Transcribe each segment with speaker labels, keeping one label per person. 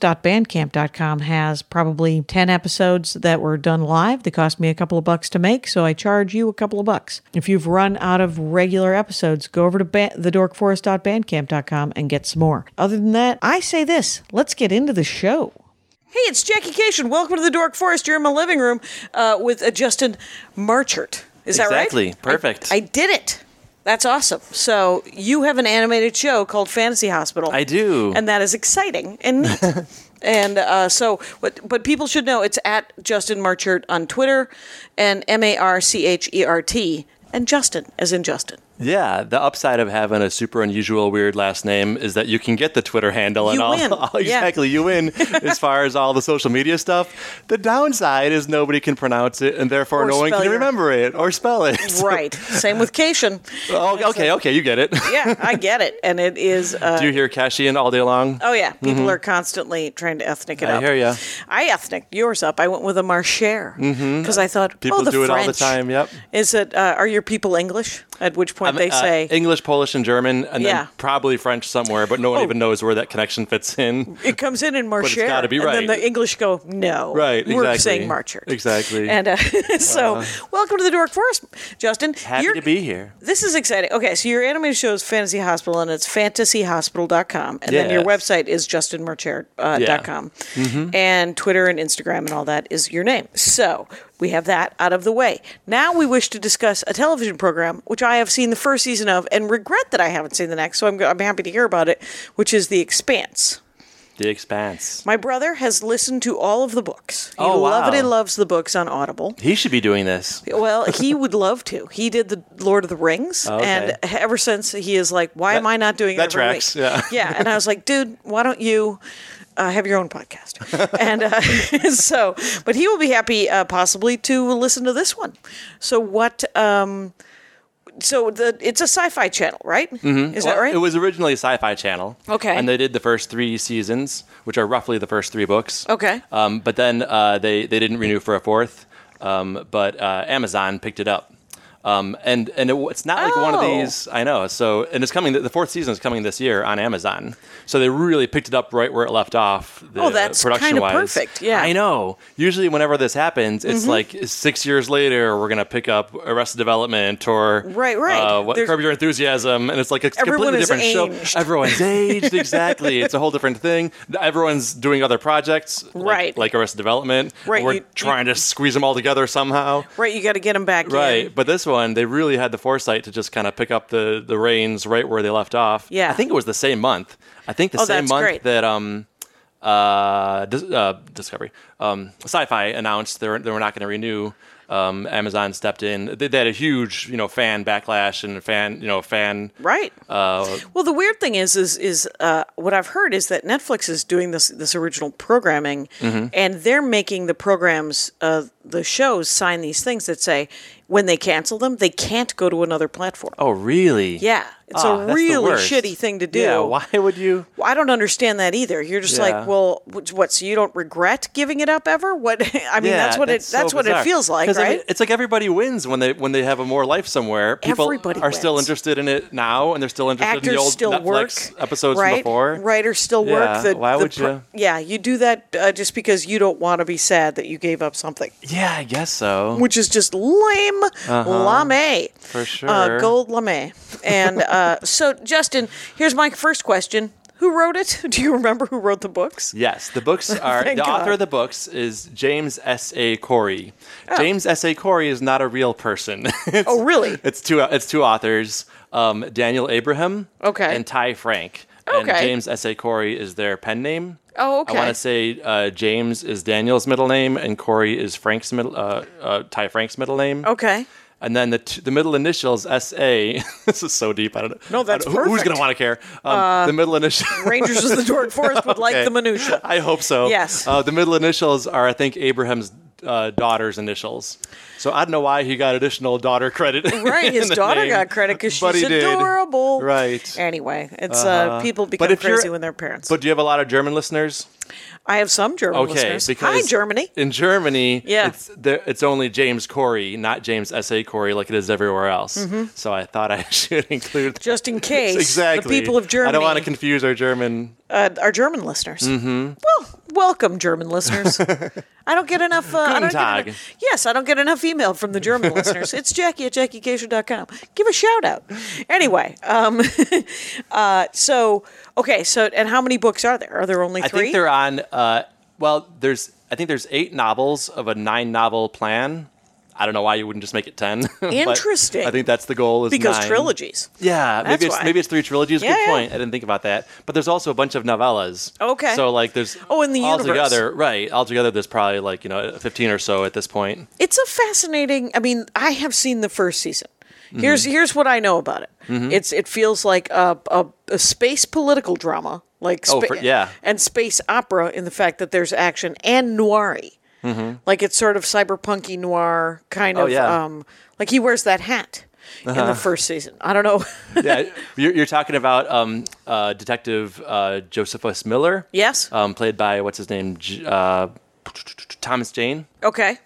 Speaker 1: TheDorkForest.bandcamp.com has probably 10 episodes that were done live. They cost me a couple of bucks to make, so I charge you a couple of bucks. If you've run out of regular episodes, go over to ba- TheDorkForest.bandcamp.com and get some more. Other than that, I say this let's get into the show. Hey, it's Jackie Cation. Welcome to the Dork Forest. You're in my living room uh, with uh, Justin Marchert. Is that right?
Speaker 2: Exactly. Perfect.
Speaker 1: I, I did it. That's awesome. So you have an animated show called Fantasy Hospital.
Speaker 2: I do.
Speaker 1: and that is exciting and neat. and uh, so, what, but people should know it's at Justin Marchert on Twitter, and M A R C H E R T, and Justin as in Justin.
Speaker 2: yeah, the upside of having a super unusual, weird last name is that you can get the Twitter handle and
Speaker 1: You
Speaker 2: all.
Speaker 1: win.
Speaker 2: all-
Speaker 1: Yeah.
Speaker 2: exactly, you win as far as all the social media stuff. The downside is nobody can pronounce it, and therefore
Speaker 1: Or
Speaker 2: no one
Speaker 1: spell
Speaker 2: can
Speaker 1: your-
Speaker 2: remember it or spell it. So-
Speaker 1: Right. Same with Cation.
Speaker 2: Oh, okay, okay, you get it.
Speaker 1: Yeah, I get it, and it is. Uh,
Speaker 2: do you hear Cashian all day long?
Speaker 1: Oh yeah, people are constantly trying to ethnic it
Speaker 2: Mm-hmm. I
Speaker 1: up.
Speaker 2: hear ya.
Speaker 1: I ethnic yours up. I went with a marcher because I thought
Speaker 2: Mm-hmm. People
Speaker 1: oh, the
Speaker 2: do it all the
Speaker 1: French.
Speaker 2: time. Yep.
Speaker 1: Is it? Uh, are your people English? At which point they
Speaker 2: Uh,
Speaker 1: say
Speaker 2: English, Polish, and German, and
Speaker 1: Yeah. Oh.
Speaker 2: then probably French somewhere, but no one even knows where that connection fits in.
Speaker 1: it comes in in marcher.
Speaker 2: gotta be
Speaker 1: And then
Speaker 2: right.
Speaker 1: the English go no.
Speaker 2: Right,
Speaker 1: We're
Speaker 2: exactly.
Speaker 1: saying marcher.
Speaker 2: Exactly. Uh-huh.
Speaker 1: And uh, so, welcome to the Dork Forest, Justin.
Speaker 2: Happy
Speaker 1: You're-
Speaker 2: to be here.
Speaker 1: This is exciting. Okay, so your animated show is Fantasy Hospital, and it's fantasyhospital.com. And then your
Speaker 2: Yes.
Speaker 1: website is justinmarcher.com. Uh,
Speaker 2: Yeah.
Speaker 1: dot com. And Twitter and Instagram and all that is your name. So we have that out of the way. Now we wish to discuss a television program, which I have seen the first season of and regret that I haven't seen the next, so I'm, go- I'm happy to hear about it, which is The Expanse.
Speaker 2: The Expanse.
Speaker 1: My brother has listened to all of the books. He
Speaker 2: Oh, wow.
Speaker 1: loved- he loves the books on Audible.
Speaker 2: He should be doing this.
Speaker 1: Well, he would love to. He did the Lord of the Rings,
Speaker 2: Oh, okay.
Speaker 1: and ever since he is like, "Why am I not doing
Speaker 2: that
Speaker 1: it?" every
Speaker 2: tracks,
Speaker 1: week?"
Speaker 2: yeah.
Speaker 1: yeah. And I was like, "Dude, why don't you uh, have your own podcast?" and uh, so, but he will be happy uh, possibly to listen to this one. So what? Um, so the it's a sci-fi channel, right? Mm-hmm. Is that
Speaker 2: Well,
Speaker 1: right?
Speaker 2: It was originally Sci-Fi Channel.
Speaker 1: Okay.
Speaker 2: And they did the first three seasons, which are roughly the first three books.
Speaker 1: Okay.
Speaker 2: Um, but then uh, they they didn't renew for a fourth. Um, but uh, Amazon picked it up. Um, and and it, it's not like one of
Speaker 1: Oh.
Speaker 2: these. I know. So and it's coming. The fourth season is coming this year on Amazon. So they really picked it up right where it left off. The,
Speaker 1: Oh, that's kinda
Speaker 2: production wise.
Speaker 1: perfect, yeah. Mm-hmm.
Speaker 2: I know. Usually, whenever this happens, it's like six years later. We're gonna pick up Arrested Development or
Speaker 1: Right, right.
Speaker 2: Uh, what,
Speaker 1: There's-
Speaker 2: Curb Your Enthusiasm, and it's like a
Speaker 1: Everyone
Speaker 2: completely
Speaker 1: is
Speaker 2: different
Speaker 1: aged.
Speaker 2: show. Everyone's aged, exactly. It's a whole different thing. Everyone's doing other projects, like-
Speaker 1: Right.
Speaker 2: Like Arrested Development.
Speaker 1: Right,
Speaker 2: We're
Speaker 1: you-
Speaker 2: trying to squeeze them all together somehow.
Speaker 1: right. You got to get him back. in.
Speaker 2: Right, but this one they really had the foresight to just kind of pick up the the reins right where they left off.
Speaker 1: Yeah.
Speaker 2: I think it was the same month. I think the
Speaker 1: Oh,
Speaker 2: same
Speaker 1: that's
Speaker 2: month
Speaker 1: great.
Speaker 2: that um, uh, Dis- uh Discovery um Sci-Fi announced they were, they were not going to renew. um, Amazon stepped in. They, they had a huge, you know, fan backlash and fan, you know, fan.
Speaker 1: Right.
Speaker 2: Uh,
Speaker 1: Well, the weird thing is, is, is uh, what I've heard is that Netflix is doing this this original programming,
Speaker 2: Mm-hmm.
Speaker 1: and they're making the programs, uh, the shows, sign these things that say when they cancel them, they can't go to another platform.
Speaker 2: oh, really?
Speaker 1: Yeah, it's
Speaker 2: Ah,
Speaker 1: a
Speaker 2: that's the
Speaker 1: really
Speaker 2: worst.
Speaker 1: shitty thing to do.
Speaker 2: Yeah. Why would you?
Speaker 1: Well, I don't understand that either. You're just
Speaker 2: Yeah.
Speaker 1: like, well, wh- what? So you don't regret giving it up ever? What? I mean, that's what it
Speaker 2: so
Speaker 1: that's what
Speaker 2: bizarre.
Speaker 1: it feels like,
Speaker 2: 'Cause, I mean,
Speaker 1: right?
Speaker 2: it's like everybody wins when they when they have a more life somewhere. People
Speaker 1: Everybody
Speaker 2: are still
Speaker 1: wins.
Speaker 2: interested in it now, and they're still interested in
Speaker 1: Actors
Speaker 2: the old
Speaker 1: still
Speaker 2: Netflix
Speaker 1: work
Speaker 2: episodes from
Speaker 1: right?
Speaker 2: before.
Speaker 1: Writers still
Speaker 2: Yeah,
Speaker 1: work. The,
Speaker 2: why
Speaker 1: the
Speaker 2: would
Speaker 1: pro-
Speaker 2: you?
Speaker 1: Yeah, you do that uh, just because you don't want to be sad that you gave up something,
Speaker 2: Yeah, I guess so.
Speaker 1: which is just lame, lame
Speaker 2: Uh-huh. For
Speaker 1: uh,
Speaker 2: sure.
Speaker 1: gold lame. And uh, so, Justin, here's my first question: Who wrote it? Do you remember who wrote the books?
Speaker 2: Yes, the books are. the
Speaker 1: Oh, Thank God.
Speaker 2: author of the books is James S. A. Corey. James S. A. Corey is not a real person. It's-
Speaker 1: Oh, really?
Speaker 2: It's two. It's two authors, um, Daniel Abraham,
Speaker 1: Okay.
Speaker 2: and Ty Frank. And
Speaker 1: Okay.
Speaker 2: James S. A. Corey is their pen name.
Speaker 1: Oh,
Speaker 2: I want
Speaker 1: okay.
Speaker 2: to say uh, James is Daniel's middle name, and Corey is Frank's middle. Uh, uh, Ty Frank's middle name.
Speaker 1: Okay.
Speaker 2: And then the t- the middle initials S A. this is so deep. I don't know.
Speaker 1: No, that's
Speaker 2: I don't- who- Who's
Speaker 1: perfect. Uh,
Speaker 2: gonna want to care? Um, the middle initial.
Speaker 1: Rangers of the Dork Forest would like
Speaker 2: Okay.
Speaker 1: the minutia.
Speaker 2: I hope so.
Speaker 1: Yes.
Speaker 2: Uh, the middle initials are, I think, Abraham's uh, daughter's initials. So I don't know why he got additional daughter credit.
Speaker 1: Right, his
Speaker 2: in the
Speaker 1: daughter
Speaker 2: name,
Speaker 1: got credit because
Speaker 2: but
Speaker 1: she's
Speaker 2: he did.
Speaker 1: adorable.
Speaker 2: Right. Uh-huh.
Speaker 1: Anyway, it's uh, people become
Speaker 2: if you're-
Speaker 1: crazy when they're parents.
Speaker 2: But do you have a lot of German listeners?
Speaker 1: I have some German
Speaker 2: Okay,
Speaker 1: listeners.
Speaker 2: because
Speaker 1: Hi, Germany.
Speaker 2: In Germany,
Speaker 1: Yeah.
Speaker 2: it's there, it's only James Corey, not James S. A. Corey, like it is everywhere else. So I thought I should include that.
Speaker 1: Mm-hmm. Just in case
Speaker 2: exactly
Speaker 1: the people of Germany
Speaker 2: I don't want to confuse our German.
Speaker 1: uh, are German listeners.
Speaker 2: Mm-hmm.
Speaker 1: Well, welcome, German listeners. I don't get enough. Uh, I
Speaker 2: Guten
Speaker 1: don't get
Speaker 2: Tag.
Speaker 1: enough. Yes, I don't get enough email from the German listeners. It's Jackie at JackieGeisha.com. Give a shout out. Anyway, um, uh, so, okay, so, and how many books are there? Are there only
Speaker 2: I
Speaker 1: three?
Speaker 2: think they're on. Uh, well, there's I think there's eight novels of a nine novel plan. I don't know why you wouldn't just make it ten. but
Speaker 1: Interesting.
Speaker 2: I think that's the goal. Is
Speaker 1: because
Speaker 2: nine.
Speaker 1: trilogies.
Speaker 2: Yeah,
Speaker 1: That's
Speaker 2: maybe it's
Speaker 1: why.
Speaker 2: maybe it's three trilogies.
Speaker 1: Yeah,
Speaker 2: Good
Speaker 1: yeah.
Speaker 2: point. I didn't think about that. But there's also a bunch of novellas.
Speaker 1: Okay.
Speaker 2: So like there's
Speaker 1: Oh, in the universe.
Speaker 2: altogether right altogether there's probably like you know fifteen or so at this point.
Speaker 1: it's a fascinating i mean i have seen the first season here's
Speaker 2: Mm-hmm.
Speaker 1: here's what i know about it it's it feels like a, a, a space political drama like
Speaker 2: Oh, for- yeah.
Speaker 1: and space opera in the fact that there's action and noiry like it's sort of cyberpunky noir kind
Speaker 2: Mm-hmm. Oh,
Speaker 1: of
Speaker 2: yeah. Uh-huh.
Speaker 1: um like he wears that hat in the first season i don't know
Speaker 2: yeah, you're, you're talking about um, uh, Detective uh, Josephus Miller.
Speaker 1: Yes.
Speaker 2: Um, played by what's his name, J- uh, Thomas Jane.
Speaker 1: okay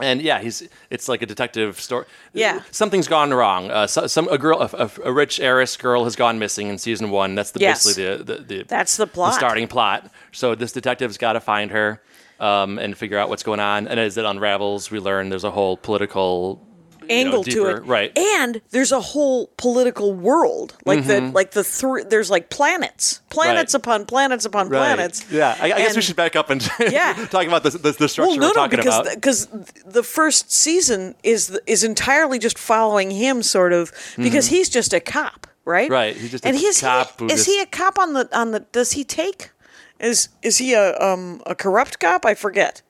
Speaker 2: and yeah, he's it's like a detective story.
Speaker 1: Yeah.
Speaker 2: something's gone wrong. Uh, so, some a girl, a, a, a rich heiress girl, has gone missing in season one. That's the
Speaker 1: Yes.
Speaker 2: basically the, the, the
Speaker 1: That's the plot.
Speaker 2: starting plot. So this detective's got to find her um, and figure out what's going on. And as it unravels, we learn there's a whole political you know,
Speaker 1: angle
Speaker 2: deeper-
Speaker 1: to it,
Speaker 2: right?
Speaker 1: And there's a whole political world, like the like the three. There's like planets, planets
Speaker 2: Mm-hmm. Right.
Speaker 1: upon planets upon
Speaker 2: Right.
Speaker 1: planets.
Speaker 2: Yeah, I, I guess we
Speaker 1: And-
Speaker 2: should back up and
Speaker 1: Yeah.
Speaker 2: talk about the, the, the
Speaker 1: Well,
Speaker 2: structure
Speaker 1: no,
Speaker 2: we're
Speaker 1: no,
Speaker 2: talking
Speaker 1: because
Speaker 2: about.
Speaker 1: the, because the first season is the, is entirely just following him, sort of, because he's just a cop, right?
Speaker 2: Mm-hmm. Right, he's just a
Speaker 1: and he's
Speaker 2: cop
Speaker 1: He,
Speaker 2: who
Speaker 1: is
Speaker 2: just-
Speaker 1: he a cop on the on the? Does he take? Is is he a um a corrupt cop? I forget.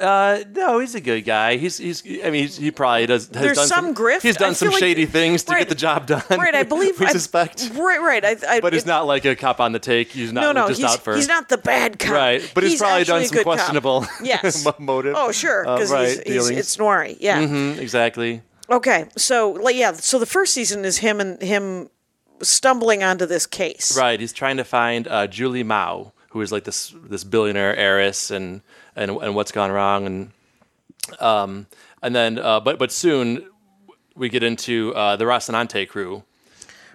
Speaker 2: Uh, no, he's a good guy. He's he's. I mean, he's, he probably does. Has
Speaker 1: There's
Speaker 2: done
Speaker 1: some grift.
Speaker 2: He's done
Speaker 1: I
Speaker 2: some
Speaker 1: feel like-
Speaker 2: shady things to
Speaker 1: right.
Speaker 2: get the job done.
Speaker 1: Right, I believe.
Speaker 2: we
Speaker 1: I,
Speaker 2: suspect.
Speaker 1: Right, right. I, I,
Speaker 2: but he's
Speaker 1: it-
Speaker 2: not like a cop on the take. He's not
Speaker 1: no, no,
Speaker 2: just
Speaker 1: he's,
Speaker 2: out for
Speaker 1: he's not the bad cop.
Speaker 2: right. But he's, probably
Speaker 1: actually
Speaker 2: done
Speaker 1: a
Speaker 2: some
Speaker 1: good cop.
Speaker 2: questionable
Speaker 1: Yes.
Speaker 2: mo- motive.
Speaker 1: Oh, sure,
Speaker 2: uh,
Speaker 1: because
Speaker 2: right,
Speaker 1: he's,
Speaker 2: dealings.
Speaker 1: he's, it's Nori. Yeah.
Speaker 2: Mm, exactly.
Speaker 1: Okay. So, like, yeah. So the first season is him and him stumbling onto this case.
Speaker 2: Right. He's trying to find uh, Julie Mao, who is like this this billionaire heiress, and and and what's gone wrong, and um and then uh, but but soon we get into uh, the Rocinante crew,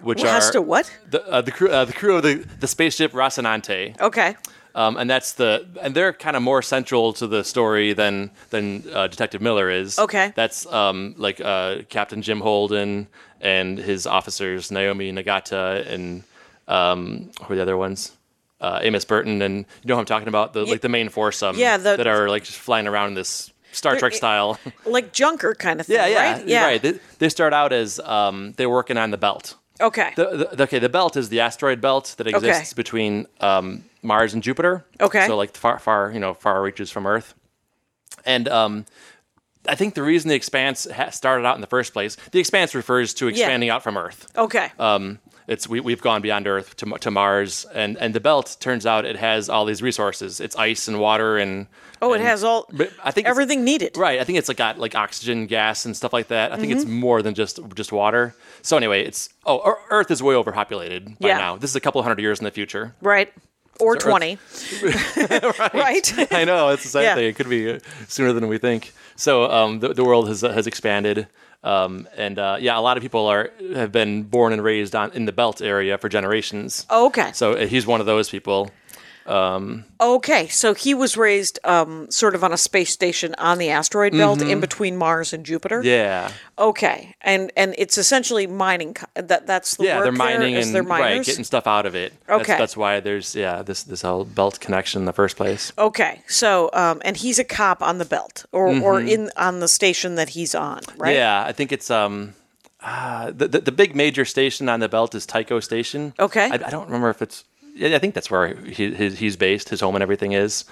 Speaker 2: which
Speaker 1: Has
Speaker 2: are
Speaker 1: to what?
Speaker 2: the uh, the crew uh, the crew of the the spaceship Rocinante.
Speaker 1: Okay.
Speaker 2: um, and that's the and they're kind of more central to the story than than uh, Detective Miller is.
Speaker 1: Okay.
Speaker 2: that's um, like uh, Captain Jim Holden and his officers Naomi Nagata and um, who are the other ones? Uh, Amos Burton and you know who I'm talking about the like the main foursome.
Speaker 1: Yeah, the-
Speaker 2: that are like just flying around in this Star Trek style.
Speaker 1: Like Junker kind of thing.
Speaker 2: yeah, yeah,
Speaker 1: Right. Yeah.
Speaker 2: right. They, they start out as um, they're working on the belt.
Speaker 1: Okay.
Speaker 2: The, the, okay, the belt is the asteroid belt that exists between um, Mars and Jupiter.
Speaker 1: Okay.
Speaker 2: So like far, far, you know, far reaches from Earth, and um, I think the reason the Expanse ha- started out in the first place, the Expanse refers to expanding out from Earth.
Speaker 1: Okay.
Speaker 2: Um, it's we, we've gone beyond Earth to, Ma- to Mars, and, and the belt turns out it has all these resources. It's ice and water and
Speaker 1: oh, it
Speaker 2: and-
Speaker 1: has all.
Speaker 2: but I think it's-
Speaker 1: everything needed.
Speaker 2: Right. I think it's like got like oxygen, gas, and stuff like that. I think it's
Speaker 1: Mm-hmm.
Speaker 2: more than just just water. So anyway, it's oh, Ear- Earth is way overpopulated by
Speaker 1: Yeah.
Speaker 2: now. This is a couple hundred years in the future.
Speaker 1: Right. Or
Speaker 2: Earth-
Speaker 1: twenty. right.
Speaker 2: I know it's the same
Speaker 1: Yeah.
Speaker 2: thing. It could be uh, sooner than we think. So um, the, the world has has expanded, um, and uh, yeah, a lot of people are have been born and raised on in the Belt area for generations.
Speaker 1: Okay.
Speaker 2: So uh, he's one of those people.
Speaker 1: Okay, so he was raised um, sort of on a space station on the asteroid belt in between Mars and Jupiter.
Speaker 2: Mm-hmm. Yeah,
Speaker 1: Okay, and and it's essentially mining. co- That that's the
Speaker 2: yeah,
Speaker 1: work
Speaker 2: they're mining
Speaker 1: there, is
Speaker 2: and
Speaker 1: they're
Speaker 2: right,
Speaker 1: miners.
Speaker 2: getting stuff out of it. That's-
Speaker 1: Okay.
Speaker 2: that's, why there's yeah this this whole Belt connection in the first place.
Speaker 1: Okay, so um, and he's a cop on the belt or or in on the station that he's on, right?
Speaker 2: Mm-hmm. Yeah, I think it's um. Uh, the, the the big major station on the belt is Tycho Station.
Speaker 1: Okay.
Speaker 2: I, I don't remember if it's. yeah, I think that's where he, his, he's based, his home and everything is,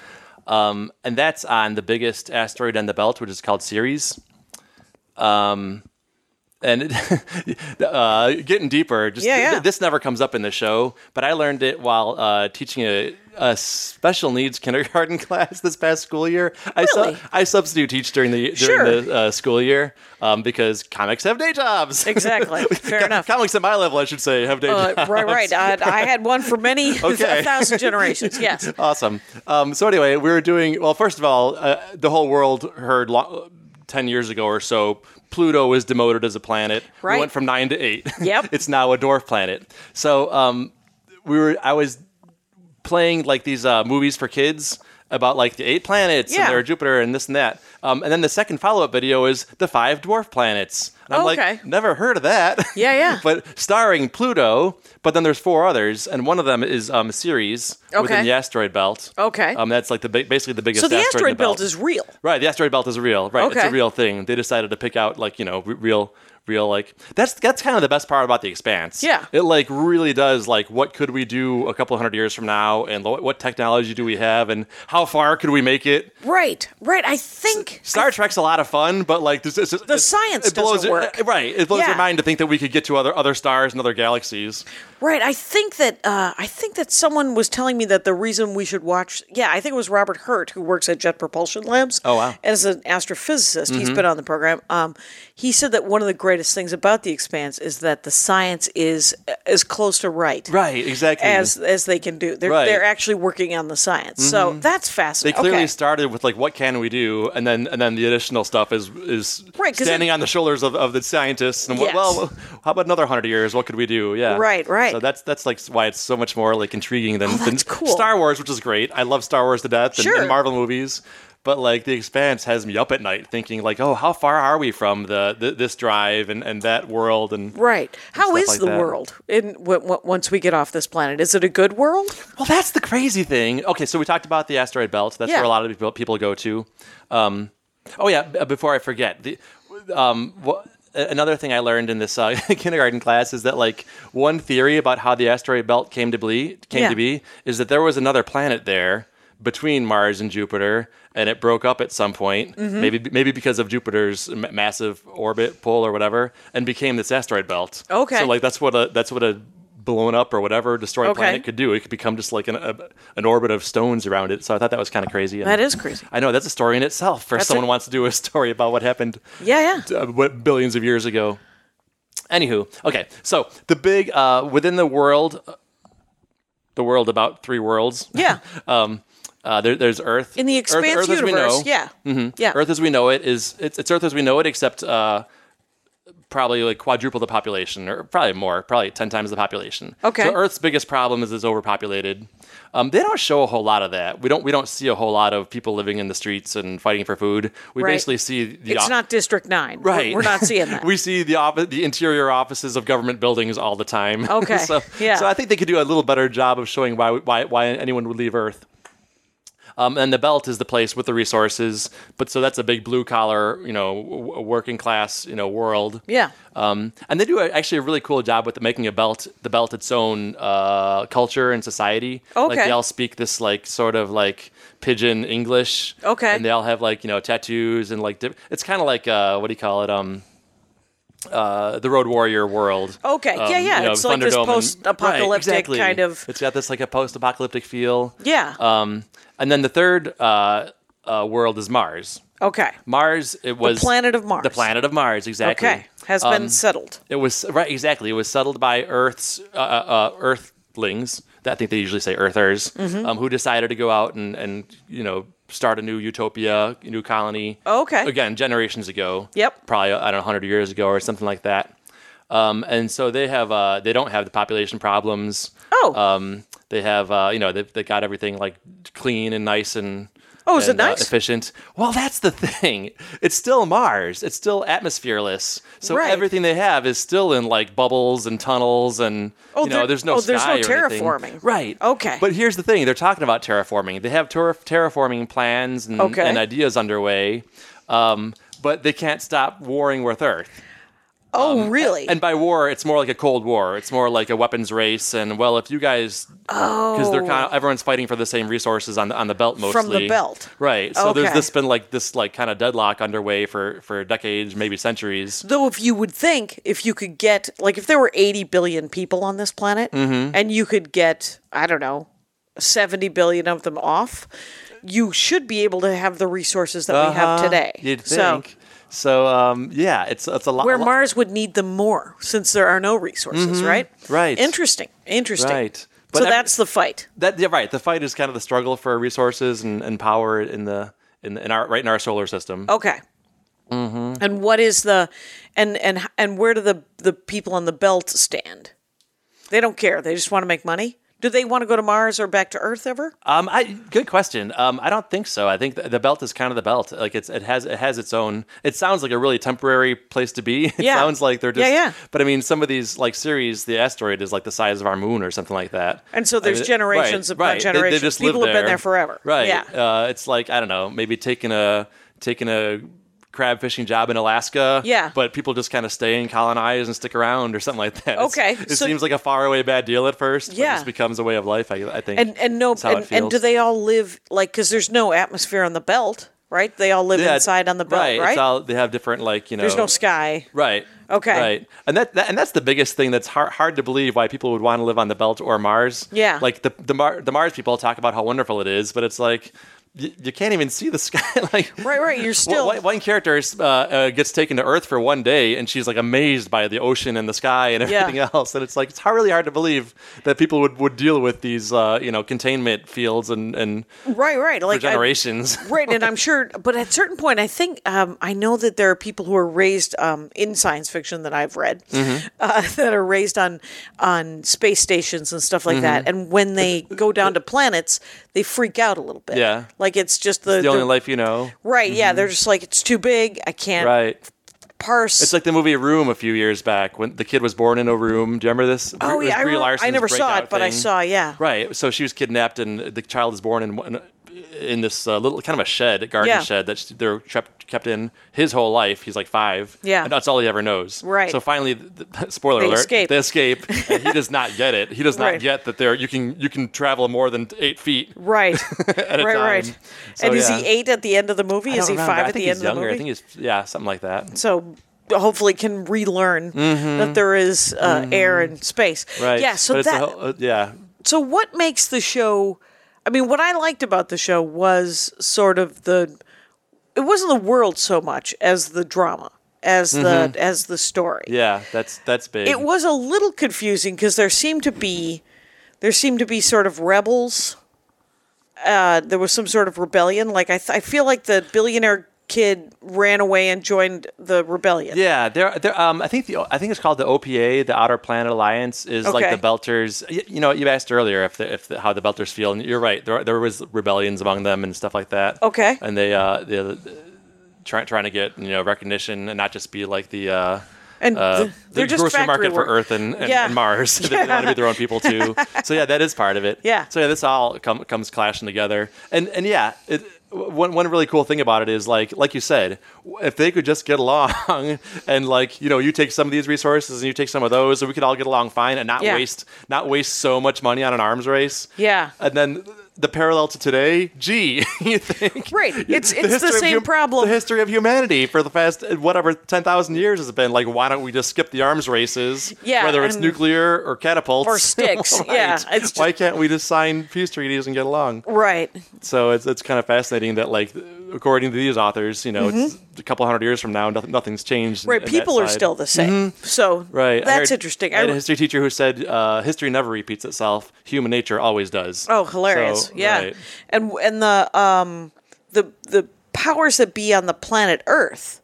Speaker 2: um, and that's on the biggest asteroid on the belt, which is called Ceres. Um, and it, uh, getting deeper, just
Speaker 1: Yeah, yeah.
Speaker 2: this never comes up in the show, but I learned it while uh, teaching a, a special needs kindergarten class this past school year. I
Speaker 1: Really?
Speaker 2: I substitute teach during the during
Speaker 1: Sure.
Speaker 2: the uh, school year um, because comics have day jobs.
Speaker 1: Exactly. Fair enough.
Speaker 2: comics at my level, I should say, have day
Speaker 1: Uh,
Speaker 2: jobs.
Speaker 1: right, right. I, I had one for many
Speaker 2: Okay.
Speaker 1: a thousand generations. Yes.
Speaker 2: Awesome. Um, so anyway, we were doing well. First of all, uh, the whole world heard lo- uh, ten years ago or so. Pluto was demoted as a planet.
Speaker 1: Right.
Speaker 2: We went from nine to eight.
Speaker 1: Yep.
Speaker 2: it's now a dwarf planet. So um, we were. I was playing like these uh, movies for kids about like the eight planets
Speaker 1: Yeah.
Speaker 2: and there were Jupiter and this and that. Um, and then the second follow up video is the five dwarf planets. And I'm
Speaker 1: Okay.
Speaker 2: like, never heard of that.
Speaker 1: Yeah, yeah.
Speaker 2: but starring Pluto. But then there's four others, and one of them is um, Ceres
Speaker 1: Okay.
Speaker 2: within the asteroid belt.
Speaker 1: Okay.
Speaker 2: Um, that's like the big, basically the biggest.
Speaker 1: So the
Speaker 2: asteroid, in the
Speaker 1: asteroid belt
Speaker 2: belt
Speaker 1: is real.
Speaker 2: Right, the asteroid belt is real. Right, it's
Speaker 1: Okay.
Speaker 2: a real thing. They decided to pick out like you know re- real, real like that's that's kind of the best part about the Expanse.
Speaker 1: Yeah.
Speaker 2: it like really does like what could we do a couple hundred years from now, and lo- what technology do we have, and how far could we make it?
Speaker 1: Right, right. I think
Speaker 2: Star Trek's a lot of fun, but like this, this, the
Speaker 1: science
Speaker 2: it blows
Speaker 1: doesn't
Speaker 2: your-
Speaker 1: work.
Speaker 2: right, it blows
Speaker 1: Yeah.
Speaker 2: your mind to think that we could get to other other stars and other galaxies.
Speaker 1: Right. I think that uh, I think that someone was telling me that the reason we should watch. Yeah, I think it was Robert Hurt who works at Jet Propulsion Labs.
Speaker 2: Oh, wow. Mm-hmm.
Speaker 1: As an astrophysicist, he's been on the program. Um, he said that one of the greatest things about the Expanse is that the science is as close to right.
Speaker 2: Right, exactly.
Speaker 1: As as they can do, they're
Speaker 2: Right. Mm-hmm.
Speaker 1: they're actually working on the science, so that's
Speaker 2: they
Speaker 1: fascinating.
Speaker 2: clearly
Speaker 1: okay.
Speaker 2: started with like what can we do, and then and then the additional stuff is is
Speaker 1: Right, 'cause
Speaker 2: standing
Speaker 1: it-
Speaker 2: on the shoulders of, of the scientists. And
Speaker 1: Yes.
Speaker 2: what, well, how about another hundred years? What could we do? Yeah,
Speaker 1: Right, right. Oh,
Speaker 2: So that's that's like why it's so much more like intriguing than, than
Speaker 1: that's cool.
Speaker 2: Star Wars, which is great. I love Star Wars to death and,
Speaker 1: Sure.
Speaker 2: and Marvel movies. But like the Expanse has me up at night thinking like, oh, how far are we from the, the this drive and, and that world and
Speaker 1: Right. How
Speaker 2: stuff
Speaker 1: is
Speaker 2: like
Speaker 1: the
Speaker 2: that.
Speaker 1: world in w- w- once we get off this planet? Is it a good world?
Speaker 2: Well, that's the crazy thing. Okay, so we talked about the asteroid belt. That's
Speaker 1: Yeah.
Speaker 2: where a lot of people, people go to. Um, oh yeah, b- before I forget, the, um, wha- a- another thing I learned in this uh, kindergarten class is that like one theory about how the asteroid belt came to be came
Speaker 1: Yeah.
Speaker 2: to be is that there was another planet there between Mars and Jupiter, and it broke up at some point,
Speaker 1: Mm-hmm.
Speaker 2: maybe maybe because of Jupiter's m- massive orbit pull or whatever, and became this asteroid belt.
Speaker 1: Okay.
Speaker 2: so like that's what a that's what a blown up or whatever destroyed
Speaker 1: Okay.
Speaker 2: planet could do. It could become just like an a, an orbit of stones around it. So I thought that was kind of crazy. And
Speaker 1: That is crazy.
Speaker 2: I know that's a story in itself. For
Speaker 1: That's
Speaker 2: someone
Speaker 1: a-
Speaker 2: wants to do a story about what happened.
Speaker 1: Yeah, yeah.
Speaker 2: d- uh, what billions of years ago. Anywho, okay. So the big uh, within the world, the world about three worlds.
Speaker 1: Yeah.
Speaker 2: um, uh, there, there's Earth
Speaker 1: In the
Speaker 2: Earth- Earth
Speaker 1: Expanse
Speaker 2: as we know. Mm-hmm.
Speaker 1: universe, yeah, yeah.
Speaker 2: Earth as we know it is it's, it's Earth as we know it, except uh, probably like quadruple the population, or probably more, probably ten times the population.
Speaker 1: Okay.
Speaker 2: So Earth's biggest problem is it's overpopulated. Um, they don't show a whole lot of that. We don't we don't see a whole lot of people living in the streets and fighting for food. We
Speaker 1: Right.
Speaker 2: basically see the
Speaker 1: it's
Speaker 2: op-
Speaker 1: not District Nine. We're-
Speaker 2: Right.
Speaker 1: We're, not seeing that.
Speaker 2: we see the office, the interior offices of government buildings all the time.
Speaker 1: Okay.
Speaker 2: so,
Speaker 1: Yeah.
Speaker 2: so I think they could do a little better job of showing why why why anyone would leave Earth. Um, and the belt is the place with the resources. But so that's a big blue collar, you know, w- w- working class, you know, world.
Speaker 1: Yeah.
Speaker 2: Um, and they do a, actually a really cool job with making a belt, the belt its own uh, culture and society. Like
Speaker 1: Okay.
Speaker 2: they all speak this like sort of like pidgin English.
Speaker 1: Okay.
Speaker 2: And they all have like you know tattoos and like di- it's kind of like uh, what do you call it? Um, uh, the Road Warrior world.
Speaker 1: Okay, Oh, yeah,
Speaker 2: Um,
Speaker 1: yeah, it's like this
Speaker 2: Thunderdome and-
Speaker 1: post-apocalyptic
Speaker 2: Right, exactly.
Speaker 1: kind of-
Speaker 2: It's got this like a post-apocalyptic feel.
Speaker 1: Yeah.
Speaker 2: Um, and then the third uh, uh, world is Mars.
Speaker 1: okay.
Speaker 2: Mars. It was
Speaker 1: planet of Mars.
Speaker 2: The planet of Mars. Exactly. Um,
Speaker 1: Okay. Has been settled.
Speaker 2: It was right, exactly. It was settled by Earth's uh, uh, uh, Earthlings. I think they usually say Earthers,
Speaker 1: Mm-hmm.
Speaker 2: um, who decided to go out and, and you know start a new utopia, a new colony.
Speaker 1: Oh, Okay.
Speaker 2: Again, generations ago.
Speaker 1: Yep.
Speaker 2: Probably I don't know, hundred years ago or something like that. Um, and so they have uh, they don't have the population problems.
Speaker 1: Oh.
Speaker 2: Um, they have uh, you know they they got everything like clean and nice and.
Speaker 1: Oh, is it
Speaker 2: and, uh,
Speaker 1: nice?
Speaker 2: efficient? Well, that's the thing. It's still Mars. It's still atmosphereless. So
Speaker 1: Right.
Speaker 2: everything they have is still in like bubbles and tunnels and
Speaker 1: Oh,
Speaker 2: you know,
Speaker 1: there-
Speaker 2: there's no
Speaker 1: oh, there's
Speaker 2: sky
Speaker 1: no
Speaker 2: or anything.
Speaker 1: terraforming.
Speaker 2: Right.
Speaker 1: Okay.
Speaker 2: But here's the thing: they're talking about terraforming. They have ter- terraforming plans and,
Speaker 1: Okay.
Speaker 2: and ideas underway, um, but they can't stop warring with Earth.
Speaker 1: Oh, really?
Speaker 2: um, And by war, it's more like a cold war. It's more like a weapons race. And well, if you guys, because they're kind of everyone's fighting for the same resources on the, on the belt mostly
Speaker 1: Oh. From the belt.
Speaker 2: right? So there's
Speaker 1: Okay.
Speaker 2: this been like this like kind of deadlock underway for for decades, maybe centuries.
Speaker 1: Though, if you would think, if you could get, like, if there were 80 billion people on this planet
Speaker 2: Mm-hmm.
Speaker 1: and you could get, I don't know, 70 billion of them off, you should be able to have the resources that we have today.
Speaker 2: Uh-huh. You'd
Speaker 1: So,
Speaker 2: think. So um, yeah, it's it's a lot.
Speaker 1: where
Speaker 2: a lot-
Speaker 1: Mars would need them more since there are no resources, right?
Speaker 2: Right.
Speaker 1: Interesting. Interesting.
Speaker 2: Right.
Speaker 1: so,
Speaker 2: ev-
Speaker 1: that's the fight.
Speaker 2: that yeah, right. The fight is kind of the struggle for resources and, and power in the in, in our right in our solar system.
Speaker 1: Okay.
Speaker 2: Mm-hmm.
Speaker 1: And what is the and and and where do the the people on the belt stand? They don't care. They just want to make money. Do they want to go to Mars or back to Earth ever?
Speaker 2: Um, I good question. Um, I don't think so. I think the, the belt is kind of the belt. Like it's it has it has its own. It sounds like a really temporary place to be. It
Speaker 1: Yeah.
Speaker 2: sounds like they're just.
Speaker 1: Yeah, yeah.
Speaker 2: But I mean, some of these like series, the asteroid is like the size of our moon or something like that.
Speaker 1: And so
Speaker 2: I
Speaker 1: there's
Speaker 2: mean,
Speaker 1: generations
Speaker 2: right,
Speaker 1: upon
Speaker 2: right. They-
Speaker 1: generations.
Speaker 2: They, just
Speaker 1: People
Speaker 2: live
Speaker 1: have been there forever.
Speaker 2: Right.
Speaker 1: Yeah.
Speaker 2: Uh, it's like I don't know, maybe taking a taking a crab fishing job in Alaska.
Speaker 1: Yeah.
Speaker 2: But people just kind of stay and colonize and stick around or something like that. It's-
Speaker 1: Okay,
Speaker 2: it
Speaker 1: so-
Speaker 2: seems like a faraway bad deal at first. But
Speaker 1: Yeah.
Speaker 2: it just becomes a way of life. I, I think.
Speaker 1: And and no
Speaker 2: That's how it
Speaker 1: and, and do
Speaker 2: feels.
Speaker 1: they all live like cuz there's no atmosphere on the belt, right? They all live
Speaker 2: Yeah,
Speaker 1: inside on the belt, right?
Speaker 2: It's all, they have different like you know.
Speaker 1: there's no sky.
Speaker 2: Right.
Speaker 1: Okay.
Speaker 2: Right. And that, that and that's the biggest thing that's hard hard to believe why people would want to live on the belt or Mars.
Speaker 1: Yeah.
Speaker 2: Like the the, Mar- the Mars people talk about how wonderful it is, but it's like. You, you can't even see the sky. like
Speaker 1: Right, right, you're still-
Speaker 2: one, one character is, uh, uh, gets taken to Earth for one day, and she's like amazed by the ocean and the sky and
Speaker 1: Yeah.
Speaker 2: everything else. And it's like it's hard, really hard to believe that people would, would deal with these uh, you know containment fields and and
Speaker 1: Right, right. Like I-
Speaker 2: generations.
Speaker 1: right and i'm sure but at a certain point i think um, i know that there are people who are raised um, in science fiction that i've read
Speaker 2: Mm-hmm.
Speaker 1: uh, that are raised on on space stations and stuff like that
Speaker 2: Mm-hmm.
Speaker 1: and when they go down to planets they freak out a little bit
Speaker 2: uh, Yeah.
Speaker 1: like it's just the,
Speaker 2: the only
Speaker 1: the-
Speaker 2: life you know.
Speaker 1: right yeah they're just like it's too big i can't
Speaker 2: Right.
Speaker 1: parse
Speaker 2: It's like the movie Room a few years back when the kid was born in a room. Do you remember this?
Speaker 1: oh yeah i, remember- I never saw it but i saw yeah
Speaker 2: Right. So she was kidnapped, and the child is born in one- in this uh, little kind of a shed, a garden
Speaker 1: Yeah.
Speaker 2: shed that she- they're kept kept in his whole life. He's like five.
Speaker 1: Yeah.
Speaker 2: And that's all he ever knows.
Speaker 1: Right.
Speaker 2: So finally, th- th- spoiler
Speaker 1: They
Speaker 2: alert,
Speaker 1: escape.
Speaker 2: they escape, and he does not get it. He does not
Speaker 1: Right.
Speaker 2: get that there you can you can travel more than eight feet.
Speaker 1: Right,
Speaker 2: a
Speaker 1: right, right.
Speaker 2: time. So,
Speaker 1: and is
Speaker 2: yeah.
Speaker 1: he eight at the end of the movie?
Speaker 2: I
Speaker 1: Is
Speaker 2: don't
Speaker 1: he
Speaker 2: remember.
Speaker 1: five
Speaker 2: I
Speaker 1: at
Speaker 2: think
Speaker 1: the end
Speaker 2: he's
Speaker 1: of the
Speaker 2: younger.
Speaker 1: movie?
Speaker 2: I think he's yeah, something like that.
Speaker 1: so hopefully can relearn that there is uh, air and space.
Speaker 2: Mm-hmm. Right.
Speaker 1: Yeah. So
Speaker 2: But it's a
Speaker 1: that.
Speaker 2: whole- uh, yeah.
Speaker 1: so what makes the show? I mean, what I liked about the show was sort of the. It wasn't the world so much as the drama, as the as the story.
Speaker 2: Mm-hmm. Yeah. That's that's big.
Speaker 1: It was a little confusing because there seemed to be, there seemed to be sort of rebels. Uh, there was some sort of rebellion. Like I, th- I feel like the billionaire kid ran away and joined the rebellion.
Speaker 2: Yeah, there, there. Um, I think the I think it's called the OPA, the Outer Planet Alliance, is like
Speaker 1: Okay.
Speaker 2: the Belters. y- You know, you asked earlier if the, if the, how the Belters feel, and you're right. There there was rebellions among them and stuff like that.
Speaker 1: Okay.
Speaker 2: and they uh they trying trying to get you know recognition and not just be like the uh
Speaker 1: And
Speaker 2: uh,
Speaker 1: th- they're
Speaker 2: the
Speaker 1: just
Speaker 2: grocery
Speaker 1: factory
Speaker 2: market
Speaker 1: work-
Speaker 2: for Earth and, and,
Speaker 1: Yeah.
Speaker 2: and Mars. they want to be their own people too. So yeah, that is part of it.
Speaker 1: Yeah.
Speaker 2: So yeah, this all com- comes clashing together, and and yeah, it, w- one one really cool thing about it is like like you said, w- if they could just get along, and like you know, you take some of these resources and you take some of those, and we could all get along fine and not
Speaker 1: Yeah.
Speaker 2: waste not waste so much money on an arms race.
Speaker 1: Yeah.
Speaker 2: And then. The parallel to today, gee, you think
Speaker 1: Right. It's- it's the
Speaker 2: history of
Speaker 1: same
Speaker 2: hum-
Speaker 1: problem.
Speaker 2: The history of humanity for the past uh, whatever ten thousand years has been like. Why don't we just skip the arms races?
Speaker 1: Yeah,
Speaker 2: whether it's
Speaker 1: and-
Speaker 2: nuclear or catapults
Speaker 1: Or sticks, yeah, it's ju-
Speaker 2: why can't we just sign peace treaties and get along?
Speaker 1: Right.
Speaker 2: So it's it's kind of fascinating that like according to these authors, you know, it's a couple hundred years from now, nothing, nothing's changed. in-
Speaker 1: Mm-hmm. Right.
Speaker 2: in that
Speaker 1: People are
Speaker 2: side. Mm-hmm.
Speaker 1: still the same. So
Speaker 2: Right, I
Speaker 1: that's
Speaker 2: heard-
Speaker 1: interesting.
Speaker 2: I had
Speaker 1: I,
Speaker 2: a history teacher who said, uh, "History never repeats itself. Human nature always does."
Speaker 1: oh, hilarious.
Speaker 2: So,
Speaker 1: yeah.
Speaker 2: right.
Speaker 1: And and the um the the powers that be on the planet Earth.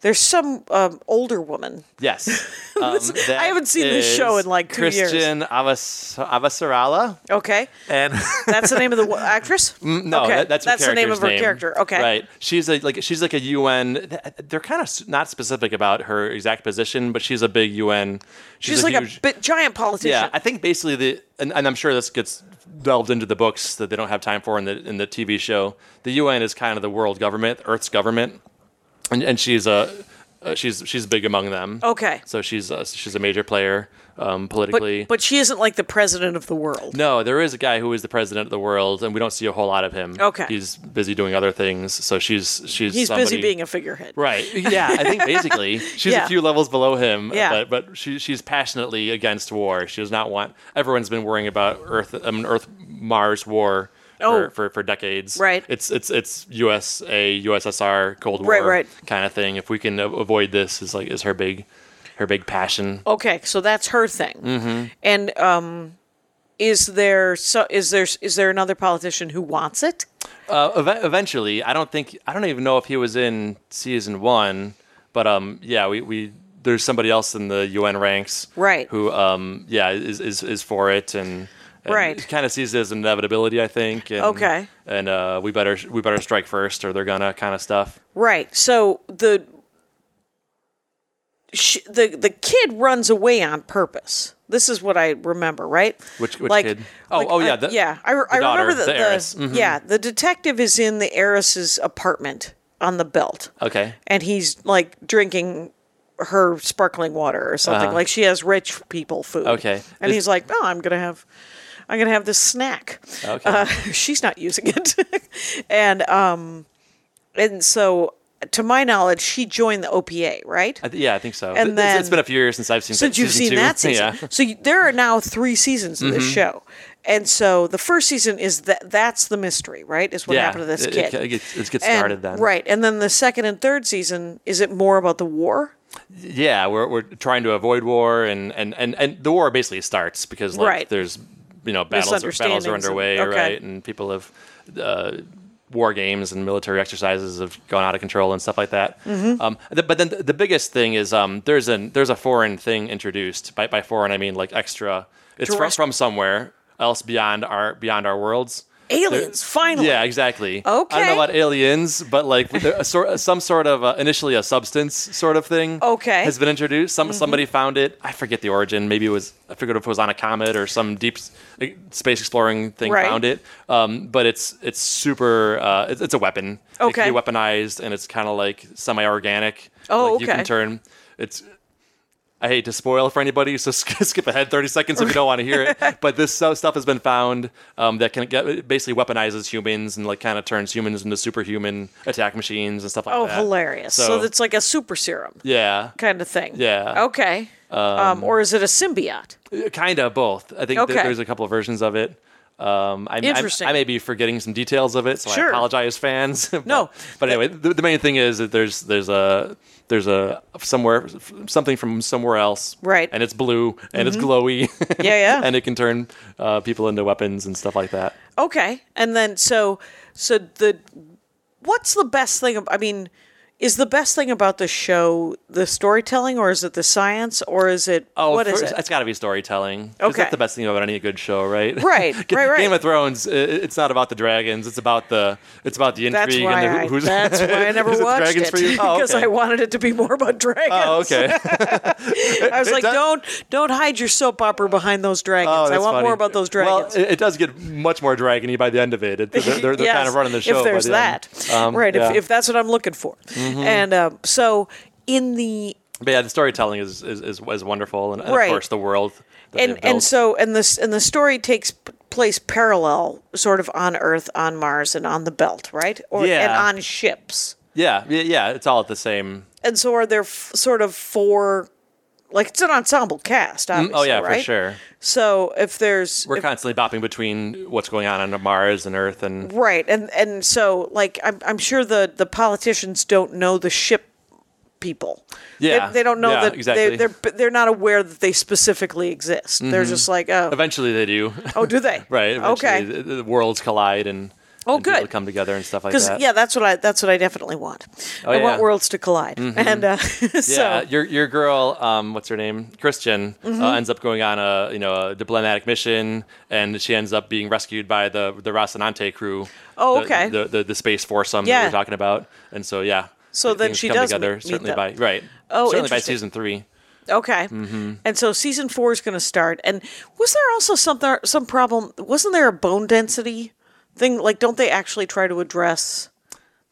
Speaker 1: There's some um, older woman.
Speaker 2: Yes. Um, that
Speaker 1: haven't seen this show
Speaker 2: is
Speaker 1: in, like, two years.
Speaker 2: Christian Avas- Avasarala.
Speaker 1: Okay.
Speaker 2: And
Speaker 1: That's the name of the wo- actress.
Speaker 2: Mm, no,
Speaker 1: okay.
Speaker 2: that- that's,
Speaker 1: the
Speaker 2: her
Speaker 1: name
Speaker 2: character's
Speaker 1: of her character. Okay.
Speaker 2: right? She's a, like she's like a UN. They're kind of not specific about her exact position, but she's a big UN.
Speaker 1: She's like
Speaker 2: huge-
Speaker 1: a bit giant politician.
Speaker 2: yeah, I think basically the and, and I'm sure this gets delved into the books that they don't have time for in the in the TV show. The UN is kind of the world government, Earth's government, and and she's a uh, she's she's big among them.
Speaker 1: Okay.
Speaker 2: so she's a, she's a major player um, politically.
Speaker 1: but, but she isn't like the president of the world.
Speaker 2: no, there is a guy who is the president of the world, and we don't see a whole lot of him.
Speaker 1: Okay.
Speaker 2: he's busy doing other things, so she's she's
Speaker 1: He's busy
Speaker 2: somebody-
Speaker 1: being a figurehead.
Speaker 2: Right. Yeah, I think basically she's
Speaker 1: Yeah.
Speaker 2: a few levels below him,
Speaker 1: Yeah.
Speaker 2: but but she she's passionately against war. She does not want everyone's been worrying about Earth I mean, Earth Mars war
Speaker 1: Oh.
Speaker 2: for, for for decades.
Speaker 1: Right.
Speaker 2: It's it's it's USA USSR Cold War
Speaker 1: Right, right.
Speaker 2: kind of thing. If we can a- avoid this is like is her big her big passion.
Speaker 1: Okay, so that's her thing.
Speaker 2: Mm-hmm.
Speaker 1: And um, is there so is there is there another politician who wants it?
Speaker 2: Uh, ev- eventually, I don't think I don't even know if he was in season one, but um, yeah, we, we there's somebody else in the UN ranks,
Speaker 1: Right.
Speaker 2: Who um, yeah, is is, is for it and, and
Speaker 1: Right.
Speaker 2: kind of sees it as an inevitability, I think. And,
Speaker 1: Okay.
Speaker 2: and uh, we better we better strike first, or they're gonna kind of stuff.
Speaker 1: Right. So the sh- the the kid runs away on purpose. This is what I remember, right?
Speaker 2: Which- which kid? Oh, oh, yeah,
Speaker 1: I-
Speaker 2: the-
Speaker 1: yeah. I, re-
Speaker 2: the
Speaker 1: I
Speaker 2: daughter,
Speaker 1: remember that
Speaker 2: the heiress. Mm-hmm.
Speaker 1: yeah the detective is in the heiress's apartment on the belt.
Speaker 2: Okay,
Speaker 1: and he's like drinking her sparkling water or something. Like she has rich people food.
Speaker 2: Uh-huh. Okay.
Speaker 1: And
Speaker 2: Is-
Speaker 1: he's like, "Oh, I'm gonna have, I'm gonna have this snack."
Speaker 2: Okay.
Speaker 1: Uh, she's not using it, and um, and so to my knowledge, she joined the OPA, right?
Speaker 2: I th- yeah, I think so.
Speaker 1: And
Speaker 2: Th- it's- it's
Speaker 1: then-
Speaker 2: been a few years since I've seen
Speaker 1: Since
Speaker 2: se-
Speaker 1: you've
Speaker 2: season
Speaker 1: seen
Speaker 2: two.
Speaker 1: that season,
Speaker 2: Yeah. Mm-hmm.
Speaker 1: so you, there are now three seasons of this show, and so the first season is that that's the mystery, right? Is what
Speaker 2: Yeah,
Speaker 1: happened to this
Speaker 2: it-
Speaker 1: kid?
Speaker 2: it ca- it gets- it gets
Speaker 1: And-
Speaker 2: started then.
Speaker 1: right? And then the second and third season is it more about the war?
Speaker 2: yeah, we're we're trying to avoid war, and and and, and the war basically starts because like
Speaker 1: Right.
Speaker 2: there's you know battles are, battles
Speaker 1: Misunderstandings
Speaker 2: are
Speaker 1: and-
Speaker 2: underway,
Speaker 1: okay.
Speaker 2: right? And people have uh, war games and military exercises have gone out of control and stuff like that.
Speaker 1: Mm-hmm.
Speaker 2: Um, th- but then th- the biggest thing is um, there's an there's a foreign thing introduced. By by foreign, I mean like extra. It's from,
Speaker 1: Terrest-
Speaker 2: from somewhere else beyond our beyond our worlds.
Speaker 1: Aliens, finally.
Speaker 2: Yeah, exactly. I don't
Speaker 1: Okay.
Speaker 2: know about aliens, but like with a sort, some sort of uh, initially a substance sort of thing.
Speaker 1: Okay. Mm-hmm.
Speaker 2: has been introduced. Some somebody found it. I forget the origin. Maybe it was I figured if it was on a comet or some deep s- like, space exploring thing
Speaker 1: Right.
Speaker 2: found it. Um, but it's it's super. Uh, it's, it's a weapon. it
Speaker 1: Okay.
Speaker 2: can be weaponized, and it's kind of like semi-organic.
Speaker 1: Oh,
Speaker 2: like You
Speaker 1: okay.
Speaker 2: can turn. It's I hate to spoil for anybody, so sk- skip ahead 30 seconds if you don't want to hear it. But this so- stuff has been found um, that can get, basically weaponizes humans and like kind of turns humans into superhuman attack machines and stuff like
Speaker 1: Oh,
Speaker 2: that.
Speaker 1: hilarious. So,
Speaker 2: So,
Speaker 1: it's like a super serum
Speaker 2: yeah,
Speaker 1: kind of thing.
Speaker 2: Yeah.
Speaker 1: Okay. Um, or is it a symbiote?
Speaker 2: kind of both. I think
Speaker 1: Okay.
Speaker 2: that there's a couple of versions of it. Um, I,
Speaker 1: Interesting.
Speaker 2: I, I may be forgetting some details of it, so
Speaker 1: Sure.
Speaker 2: I apologize, fans. but,
Speaker 1: No.
Speaker 2: but anyway, the, the main thing is that there's there's a there's a somewhere something from somewhere else,
Speaker 1: Right. Mm-hmm.
Speaker 2: And it's blue and it's glowy,
Speaker 1: Yeah, yeah.
Speaker 2: and it can turn uh, people into weapons and stuff like that.
Speaker 1: Okay. And then so so the what's the best thing ab- I mean Is the best thing about the show the storytelling, or is it the science, or is it
Speaker 2: Oh,
Speaker 1: what is
Speaker 2: first,
Speaker 1: it?
Speaker 2: has got to be storytelling. 'Cause
Speaker 1: Okay.
Speaker 2: That's the best thing about any good show, right?
Speaker 1: Right,
Speaker 2: G-
Speaker 1: right, right.
Speaker 2: Game of Thrones. i- i- It's not about the dragons. It's about the. It's about the
Speaker 1: That's
Speaker 2: intrigue
Speaker 1: why,
Speaker 2: and the,
Speaker 1: I,
Speaker 2: who- who's.
Speaker 1: that's why I never
Speaker 2: Is it
Speaker 1: watched
Speaker 2: dragons
Speaker 1: it
Speaker 2: for you? Oh,
Speaker 1: because
Speaker 2: okay.
Speaker 1: I wanted it to be more about dragons.
Speaker 2: Oh, okay.
Speaker 1: I was
Speaker 2: it
Speaker 1: like,
Speaker 2: does-
Speaker 1: don't don't hide your soap opera behind those dragons.
Speaker 2: Oh,
Speaker 1: I
Speaker 2: that's
Speaker 1: want
Speaker 2: funny.
Speaker 1: more about those dragons.
Speaker 2: Well, it, it does get much more dragony by the end of it. it they're they're, they're kind
Speaker 1: Yes,
Speaker 2: of running the show.
Speaker 1: If
Speaker 2: by
Speaker 1: there's
Speaker 2: the end. Um,
Speaker 1: that, right?
Speaker 2: yeah. Mm-hmm.
Speaker 1: If, if that's what I'm looking for, and um, so in the
Speaker 2: But yeah, the storytelling is is, is, is wonderful, and, and
Speaker 1: Right.
Speaker 2: of course the world. that
Speaker 1: and
Speaker 2: they've
Speaker 1: and
Speaker 2: built.
Speaker 1: so and this and the story takes p- place parallel, sort of on Earth, on Mars, and on the Belt, right? Or and
Speaker 2: Yeah.
Speaker 1: on ships.
Speaker 2: yeah, yeah, yeah, it's all at the same.
Speaker 1: And so are there f- sort of four, like it's an ensemble cast, obviously.
Speaker 2: Oh yeah, for
Speaker 1: right?
Speaker 2: sure.
Speaker 1: So if there's
Speaker 2: We're constantly bopping between what's going on on Mars and Earth, and
Speaker 1: Right, and and so like I'm I'm sure the the politicians don't know the ship people. They-
Speaker 2: Yeah,
Speaker 1: they, don't know
Speaker 2: yeah,
Speaker 1: that
Speaker 2: exactly. Mm-hmm.
Speaker 1: they, they're but they're not aware that they specifically exist. They're just like oh
Speaker 2: eventually they do.
Speaker 1: oh do they
Speaker 2: right. Eventually
Speaker 1: okay
Speaker 2: The, the worlds collide and.
Speaker 1: Oh,
Speaker 2: and people
Speaker 1: good.
Speaker 2: come together and stuff like
Speaker 1: because
Speaker 2: that. Oh,
Speaker 1: yeah that's what I that's what I definitely want. I want
Speaker 2: yeah. Mm-hmm.
Speaker 1: worlds to collide and uh, so
Speaker 2: Yeah, your your girl, um, what's her name, Christian,
Speaker 1: Mm-hmm.
Speaker 2: uh, ends up going on a you know a diplomatic mission, and she ends up being rescued by the the Rocinante crew.
Speaker 1: Oh,
Speaker 2: the-
Speaker 1: okay.
Speaker 2: The the, the space foursome that
Speaker 1: Yeah.
Speaker 2: we we're talking about, and so yeah.
Speaker 1: So
Speaker 2: th-
Speaker 1: then
Speaker 2: things
Speaker 1: she
Speaker 2: come
Speaker 1: does
Speaker 2: together
Speaker 1: meet- meet
Speaker 2: certainly
Speaker 1: them.
Speaker 2: by right.
Speaker 1: Oh,
Speaker 2: certainly by
Speaker 1: interesting.
Speaker 2: season three.
Speaker 1: Okay.
Speaker 2: Mm-hmm.
Speaker 1: And so season four is going to start. And was there also something, some problem? Wasn't there a bone density thing? Like, don't they actually try to address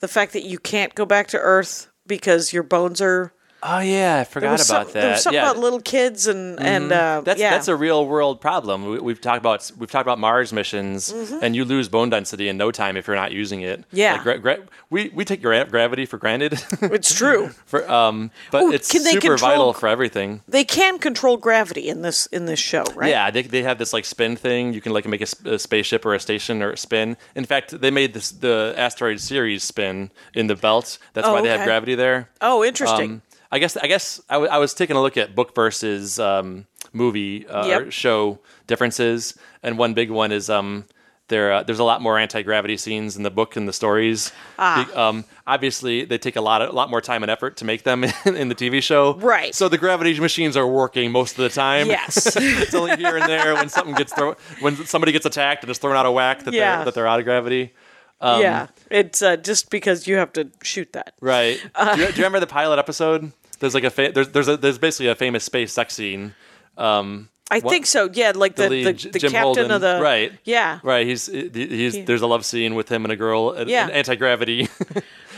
Speaker 1: the fact that you can't go back to Earth because your bones are?
Speaker 2: Oh yeah, I forgot
Speaker 1: there
Speaker 2: about
Speaker 1: was some-
Speaker 2: that.
Speaker 1: There was something
Speaker 2: yeah. Mm-hmm.
Speaker 1: about little kids and and uh,
Speaker 2: that's
Speaker 1: yeah.
Speaker 2: that's a real world problem. We, we've talked about we've talked about Mars missions, and you lose bone density in no time if you're not using it.
Speaker 1: Mm-hmm. Yeah.
Speaker 2: Like, gra- gra- we we take gra- gravity for granted,
Speaker 1: it's true.
Speaker 2: for, um, but
Speaker 1: Ooh,
Speaker 2: it's
Speaker 1: can they
Speaker 2: super
Speaker 1: control-
Speaker 2: vital for everything.
Speaker 1: They can control gravity in this in this show, right?
Speaker 2: Yeah, they, they have this like spin thing. You can like make a, sp- a spaceship or a station or spin. In fact, they made this the asteroid series spin in the belt. That's
Speaker 1: Oh,
Speaker 2: why they have
Speaker 1: okay.
Speaker 2: gravity there.
Speaker 1: Oh, interesting.
Speaker 2: Um, I guess I guess I, w- I was taking a look at book versus um, movie uh,
Speaker 1: Yep.
Speaker 2: or show differences, and one big one is um, there. Uh, there's a lot more anti gravity scenes in the book and the stories.
Speaker 1: Ah.
Speaker 2: Be- um, obviously, they take a lot of, lot more time and effort to make them in, in the TV show.
Speaker 1: Right.
Speaker 2: So the gravity machines are working most of the time.
Speaker 1: Yes.
Speaker 2: it's only here and there when something gets thrown when somebody gets attacked and is thrown out of whack that
Speaker 1: Yeah.
Speaker 2: they're that they're out of gravity. um,
Speaker 1: yeah. It's uh, just because you have to shoot that.
Speaker 2: Right.
Speaker 1: Uh,
Speaker 2: do, you, do you remember the pilot episode? There's like a fa- there's there's a, there's basically a famous space sex scene. Um,
Speaker 1: I
Speaker 2: What-
Speaker 1: think so. Yeah, like the
Speaker 2: lead,
Speaker 1: the,
Speaker 2: J-
Speaker 1: the
Speaker 2: Jim
Speaker 1: captain
Speaker 2: Holden,
Speaker 1: of the
Speaker 2: right.
Speaker 1: Yeah,
Speaker 2: right. He's he's there's a love scene with him and a girl. And,
Speaker 1: Yeah.
Speaker 2: Anti gravity.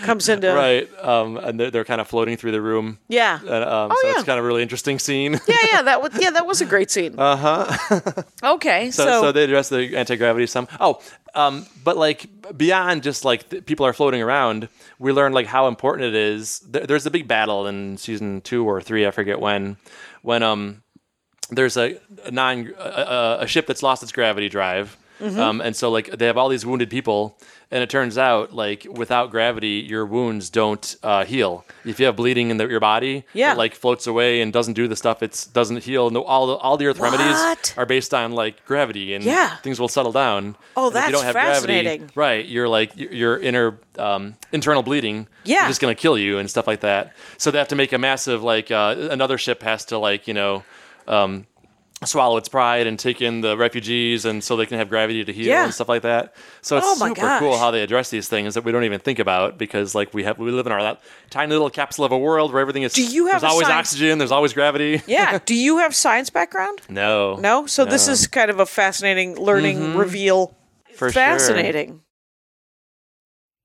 Speaker 1: comes into
Speaker 2: right. Um, and they're, they're kind of floating through the room.
Speaker 1: Yeah.
Speaker 2: And, um,
Speaker 1: Oh,
Speaker 2: so
Speaker 1: yeah.
Speaker 2: it's kind of a really interesting scene.
Speaker 1: yeah, yeah, that was yeah, that was a great scene. Uh huh. okay, so,
Speaker 2: Uh-huh. so, so they address the anti gravity some. Oh, um, but like beyond just like th- people are floating around, we learn like how important it is. There, there's a big battle in season two or three, I forget when, when um there's a a non a- a, a ship that's lost its gravity drive.
Speaker 1: Mm-hmm.
Speaker 2: Um, and so like they have all these wounded people, and it turns out like without gravity, your wounds don't uh, heal. If you have bleeding in the, your body,
Speaker 1: Yeah.
Speaker 2: it, like floats away and doesn't do the stuff. It's doesn't heal. No, all the, all the earth
Speaker 1: What?
Speaker 2: remedies are based on like gravity and
Speaker 1: Yeah.
Speaker 2: things will settle down.
Speaker 1: Oh,
Speaker 2: And if you
Speaker 1: that's
Speaker 2: don't have gravity,
Speaker 1: fascinating.
Speaker 2: right, you're like your- your inner um, internal bleeding.
Speaker 1: Yeah.
Speaker 2: is just gonna kill you and stuff like that. So they have to make a massive like uh, another ship has to like you know. Um, swallow its pride and take in the refugees and so they can have gravity to heal
Speaker 1: Yeah.
Speaker 2: and stuff like that so it's
Speaker 1: Oh my
Speaker 2: super cool
Speaker 1: gosh.
Speaker 2: how they address these things that we don't even think about because like we have we live in our that tiny little capsule of a world where everything is
Speaker 1: Do you have
Speaker 2: there's
Speaker 1: a
Speaker 2: always
Speaker 1: science-
Speaker 2: oxygen there's always gravity
Speaker 1: yeah, do you have science background?
Speaker 2: no Mm-hmm.
Speaker 1: No, so this is kind of a fascinating learning reveal.
Speaker 2: For sure.
Speaker 1: fascinating.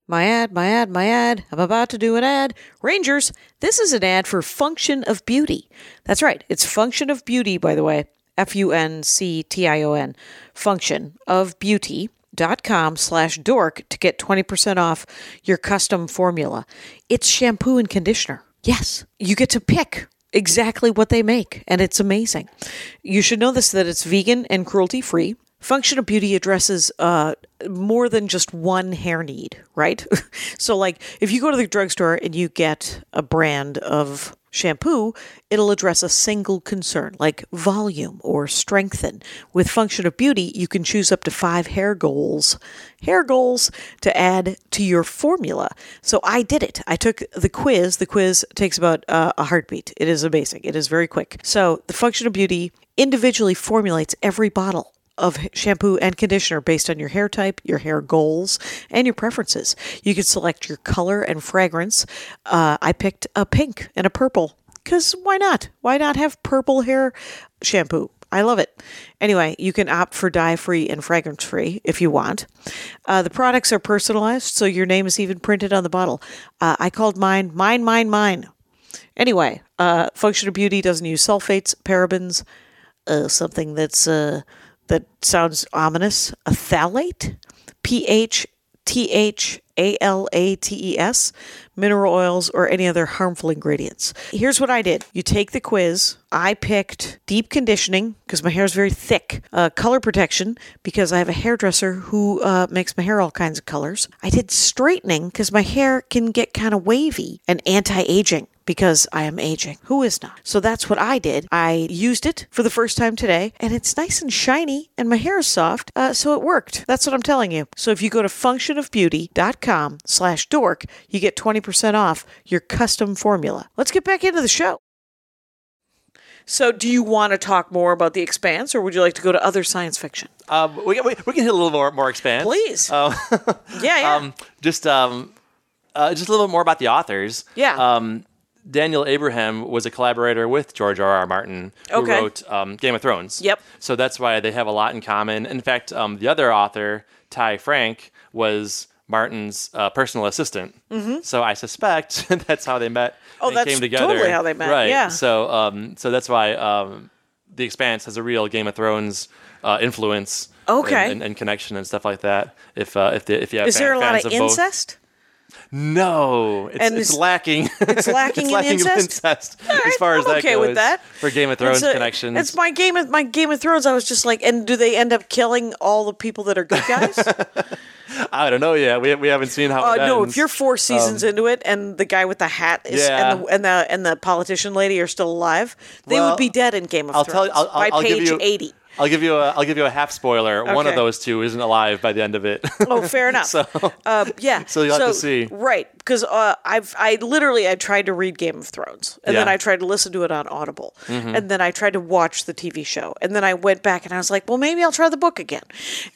Speaker 1: My ad, my ad, my ad. I'm about to do an ad. Rangers, this is an ad for Function of Beauty. That's right. It's Function of Beauty, by the way. F U N C T I O N. Function of Beauty. Dot com slash dork to get 20% off your custom formula. It's shampoo and conditioner. Yes, you get to pick exactly what they make, and it's amazing. You should know this that it's vegan and cruelty free. Function of beauty addresses uh, more than just one hair need, right? so, like, if you go to the drugstore and you get a brand of shampoo, it'll address a single concern like volume or strengthen. With Function of Beauty, you can choose up to five hair goals, hair goals to add to your formula. So I did it. I took the quiz. The quiz takes about uh, a heartbeat. It is amazing. It is very quick. So the Function of Beauty individually formulates every bottle of shampoo and conditioner based on your hair type, your hair goals, and your preferences. You can select your color and fragrance. Uh, I picked a pink and a purple because why not? Why not have purple hair shampoo? I love it. Anyway, you can opt for dye free and fragrance free if you want. Uh, the products are personalized, so your name is even printed on the bottle. Uh, I called mine, mine, mine, mine. Anyway, uh, Functional Beauty doesn't use sulfates, parabens, uh, something that's uh, that sounds ominous, a phthalate, P H T H A L A T E S, mineral oils, or any other harmful ingredients. Here's what I did you take the quiz. I picked deep conditioning because my hair is very thick, uh, color protection because I have a hairdresser who uh, makes my hair all kinds of colors. I did straightening because my hair can get kind of wavy, and anti aging because I am aging. Who is not? So that's what I did. I used it for the first time today, and it's nice and shiny, and my hair is soft, uh, so it worked. That's what I'm telling you. So if you go to functionofbeauty.com slash dork, you get 20% off your custom formula. Let's get back into the show. So do you want to talk more about The Expanse, or would you like to go to other science fiction?
Speaker 2: Um, we, can- we, we can hit a little more more expanse.
Speaker 1: Please.
Speaker 2: Um,
Speaker 1: Yeah, yeah.
Speaker 2: um, just um, uh, just a little bit more about the authors.
Speaker 1: Yeah.
Speaker 2: Um, Daniel Abraham was a collaborator with George R. R. Martin, who
Speaker 1: Okay.
Speaker 2: wrote um, Game of Thrones.
Speaker 1: Yep.
Speaker 2: So that's why they have a lot in common. In fact, um, the other author, Ty Frank, was Martin's uh, personal assistant. Mm-hmm. So I suspect that's how they met.
Speaker 1: Oh,
Speaker 2: and
Speaker 1: that's
Speaker 2: came together.
Speaker 1: totally how they met,
Speaker 2: Right.
Speaker 1: yeah.
Speaker 2: So, um, so that's why um, the Expanse has a real Game of Thrones uh, influence.
Speaker 1: Okay.
Speaker 2: And, and, and connection and stuff like that. If uh, if the, if you have
Speaker 1: Is
Speaker 2: fan-
Speaker 1: there a lot
Speaker 2: fans
Speaker 1: of
Speaker 2: both-
Speaker 1: incest?
Speaker 2: No, it's,
Speaker 1: And
Speaker 2: it's
Speaker 1: is-
Speaker 2: lacking.
Speaker 1: It's lacking in incest? All
Speaker 2: as
Speaker 1: right,
Speaker 2: far as
Speaker 1: I'm
Speaker 2: that
Speaker 1: okay
Speaker 2: goes
Speaker 1: with that.
Speaker 2: for Game of Thrones
Speaker 1: It's a-
Speaker 2: connections.
Speaker 1: It's my game of my Game of Thrones. I was just like, and do they end up killing all the people that are good guys? uh,
Speaker 2: I don't know yet. We, we haven't seen how. it
Speaker 1: no,
Speaker 2: ends.
Speaker 1: if you're four seasons into it, and the guy with the hat is
Speaker 2: Um, Yeah.
Speaker 1: and, the, and the and the politician lady are still alive, they
Speaker 2: Well,
Speaker 1: would be dead in Game of
Speaker 2: I'll tell
Speaker 1: Thrones
Speaker 2: you. I'll,
Speaker 1: by
Speaker 2: I'll, I'll
Speaker 1: page
Speaker 2: give you,
Speaker 1: eighty.
Speaker 2: I'll give you a. I'll give you a half spoiler. One of
Speaker 1: Okay.
Speaker 2: those two isn't alive by the end of it.
Speaker 1: Oh, fair enough.
Speaker 2: So-
Speaker 1: uh, yeah.
Speaker 2: So you'll have to see.
Speaker 1: Right, because uh, I've I literally I tried to read Game of Thrones, and then
Speaker 2: Yeah. Mm-hmm.
Speaker 1: I tried to listen to it on Audible, and then I tried to watch the TV show, and then I went back and I was like, well, maybe I'll try the book again,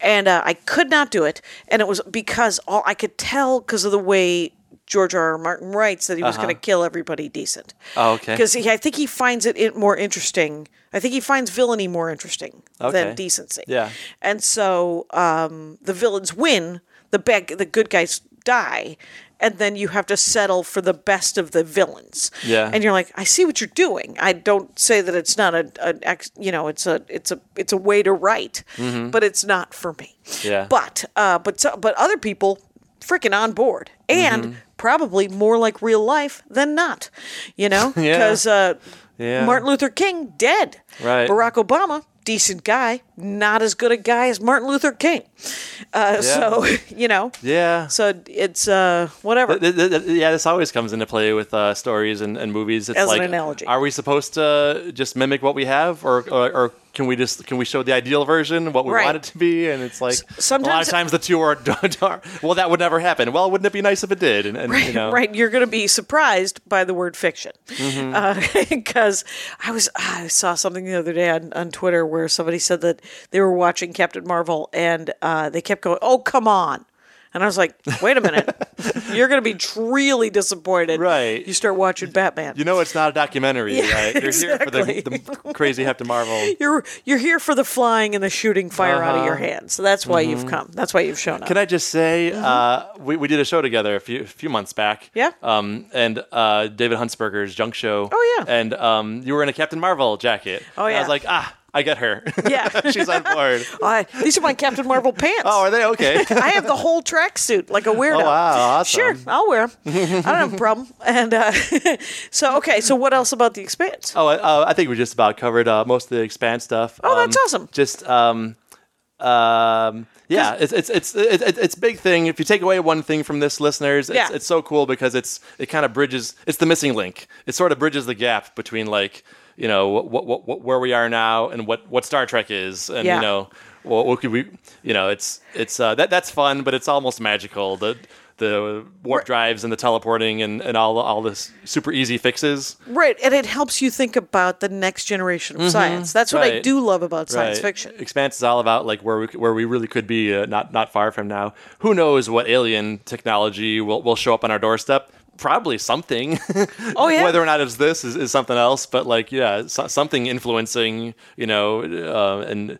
Speaker 1: and uh, I could not do it, and it was because all I could tell because of the way. George R. R. Martin writes that he was going to kill everybody decent.
Speaker 2: Uh-huh. Oh, okay.
Speaker 1: Because I think he finds it, it more interesting. I think he finds villainy more interesting
Speaker 2: Okay.
Speaker 1: than decency.
Speaker 2: Yeah.
Speaker 1: And so um, the villains win, the bad, the good guys die, and then you have to settle for the best of the villains.
Speaker 2: Yeah.
Speaker 1: And you're like, I see what you're doing. I don't say that it's not a, an ex, you know, it's a it's a it's a way to write, but it's not for me.
Speaker 2: Mm-hmm. Yeah.
Speaker 1: But uh, but so, but other people freaking on board and
Speaker 2: Mm-hmm.
Speaker 1: probably more like real life than not, you know,
Speaker 2: Yeah.
Speaker 1: because uh,
Speaker 2: Yeah.
Speaker 1: Martin Luther King dead.
Speaker 2: Right.
Speaker 1: Barack Obama, decent guy, not as good a guy as Martin Luther King. Uh, So you know.
Speaker 2: yeah.
Speaker 1: So it's uh, whatever.
Speaker 2: Th- th- th- Yeah, this always comes into play with uh, stories and, and movies. It's
Speaker 1: As an
Speaker 2: like,
Speaker 1: analogy.
Speaker 2: are we supposed to just mimic what we have, or, or, or can we just can we show the ideal version, what we
Speaker 1: Right.
Speaker 2: want it to be? And it's like a lot
Speaker 1: sometimes-
Speaker 2: of times the two are, are well, that would never happen. Well, wouldn't it be nice if it did? And, and you know,
Speaker 1: Right, you're going to be surprised by the word fiction, because
Speaker 2: Mm-hmm.
Speaker 1: I was I saw something the other day on, on Twitter where somebody said that they were watching Captain Marvel and uh, they kept going, "Oh come on," and I was like, "Wait a minute, you're going to be really disappointed."
Speaker 2: Right.
Speaker 1: you start watching Batman.
Speaker 2: You know, it's not a documentary, right? You're here for the, the crazy Hep to Marvel.
Speaker 1: you're you're here for the flying and the shooting fire out of your hand. So that's why you've come. That's why you've shown up.
Speaker 2: Uh-huh. Mm-hmm. Can I just say, uh, we, we did a show together a few a few months back.
Speaker 1: Mm-hmm. Yeah.
Speaker 2: Um, and uh, David Huntsberger's Junk Show.
Speaker 1: Oh, yeah.
Speaker 2: And um, you were in a Captain Marvel jacket.
Speaker 1: Oh,
Speaker 2: And I
Speaker 1: yeah.
Speaker 2: was like, ah, I get her.
Speaker 1: Yeah.
Speaker 2: She's on board.
Speaker 1: I- these are my Captain Marvel pants.
Speaker 2: oh, are they okay?
Speaker 1: I have the whole tracksuit like a weirdo.
Speaker 2: Oh, wow, awesome.
Speaker 1: Sure, I'll wear them. I don't have a problem. And uh, so, okay, so what else about the expanse?
Speaker 2: uh, Oh, uh, I think we just about covered uh, most of the expand stuff.
Speaker 1: Oh, that's awesome.
Speaker 2: Just um, Um, yeah, it's it's it's it's it's- it's a big thing. If you take away one thing from this, listeners, it's,
Speaker 1: Yeah.
Speaker 2: it's so cool because it's it kind of bridges. It's the missing link. It sort of bridges the gap between like you know what what, what where we are now and what what Star Trek is, and
Speaker 1: Yeah.
Speaker 2: you know what, what could we you know it's it's uh, that that's fun, but it's almost magical. The the warp drives and the teleporting and, and all all this super easy fixes.
Speaker 1: Right, and it helps you think about the next generation of science. That's what I
Speaker 2: Mm-hmm. right.
Speaker 1: do love about science
Speaker 2: Right.
Speaker 1: fiction.
Speaker 2: Expanse is all about like where we c- where we really could be uh, not not far from now. Who knows what alien technology will will show up on our doorstep? Probably something.
Speaker 1: Oh, yeah.
Speaker 2: Whether or not it's this is, is something else, but like yeah, so, something influencing you know uh, and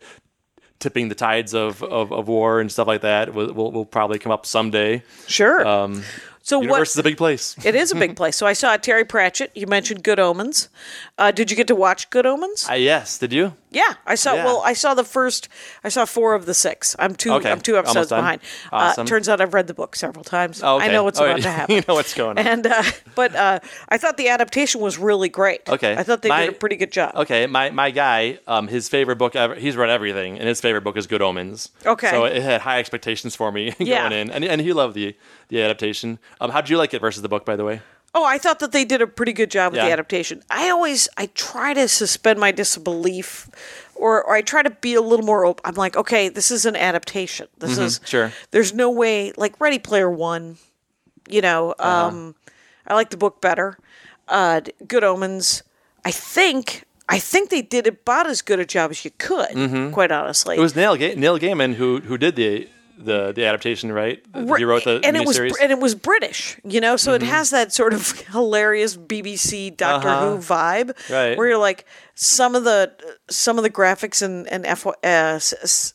Speaker 2: tipping the tides of, of, of war and stuff like that will, will, will probably come up someday.
Speaker 1: Sure.
Speaker 2: Um,
Speaker 1: so
Speaker 2: universe
Speaker 1: what?
Speaker 2: is a big place.
Speaker 1: it is a big place. So I saw Terry Pratchett. You mentioned Good Omens. Uh, did you get to watch Good Omens?
Speaker 2: I, Uh, yes, did you?
Speaker 1: yeah, I saw.
Speaker 2: Yeah.
Speaker 1: Well, I saw the first. I saw four of the six. I'm two.
Speaker 2: Okay,
Speaker 1: I'm two
Speaker 2: almost
Speaker 1: episodes
Speaker 2: done.
Speaker 1: behind.
Speaker 2: Awesome.
Speaker 1: Uh, turns out I've read the book several times.
Speaker 2: Oh, okay.
Speaker 1: I know what's
Speaker 2: All
Speaker 1: about
Speaker 2: right.
Speaker 1: to happen.
Speaker 2: you know what's going on.
Speaker 1: And uh, but uh, I thought the adaptation was really great.
Speaker 2: Okay.
Speaker 1: I thought they
Speaker 2: My-
Speaker 1: did a pretty good job.
Speaker 2: Okay, my my guy, um, his favorite book ever. He's read everything, and his favorite book is Good Omens.
Speaker 1: Okay.
Speaker 2: So it had high expectations for me going
Speaker 1: Yeah.
Speaker 2: in, and and he loved the the adaptation. Um, how'd you like it versus the book, by the way?
Speaker 1: Oh, I thought that they did a pretty good job with the
Speaker 2: Yeah.
Speaker 1: adaptation. I always I try to suspend my disbelief or, or I try to be a little more open. I'm like, okay, this is an adaptation. This is
Speaker 2: Mm-hmm. sure.
Speaker 1: There's no way like Ready Player One, you know,
Speaker 2: Uh-huh.
Speaker 1: um I like the book better. Uh d- Good Omens. I think I think they did about as good a job as you could,
Speaker 2: Mm-hmm.
Speaker 1: quite honestly.
Speaker 2: It was Neil Ga- Neil Gaiman who who did the the the adaptation, right? He wrote the
Speaker 1: and it was
Speaker 2: miniseries. Mm-hmm.
Speaker 1: and it was British, you know. So it has that sort of hilarious BBC Doctor Who vibe,
Speaker 2: Uh-huh. Right.
Speaker 1: Where you're like some of the some of the graphics and and F, uh, s- s-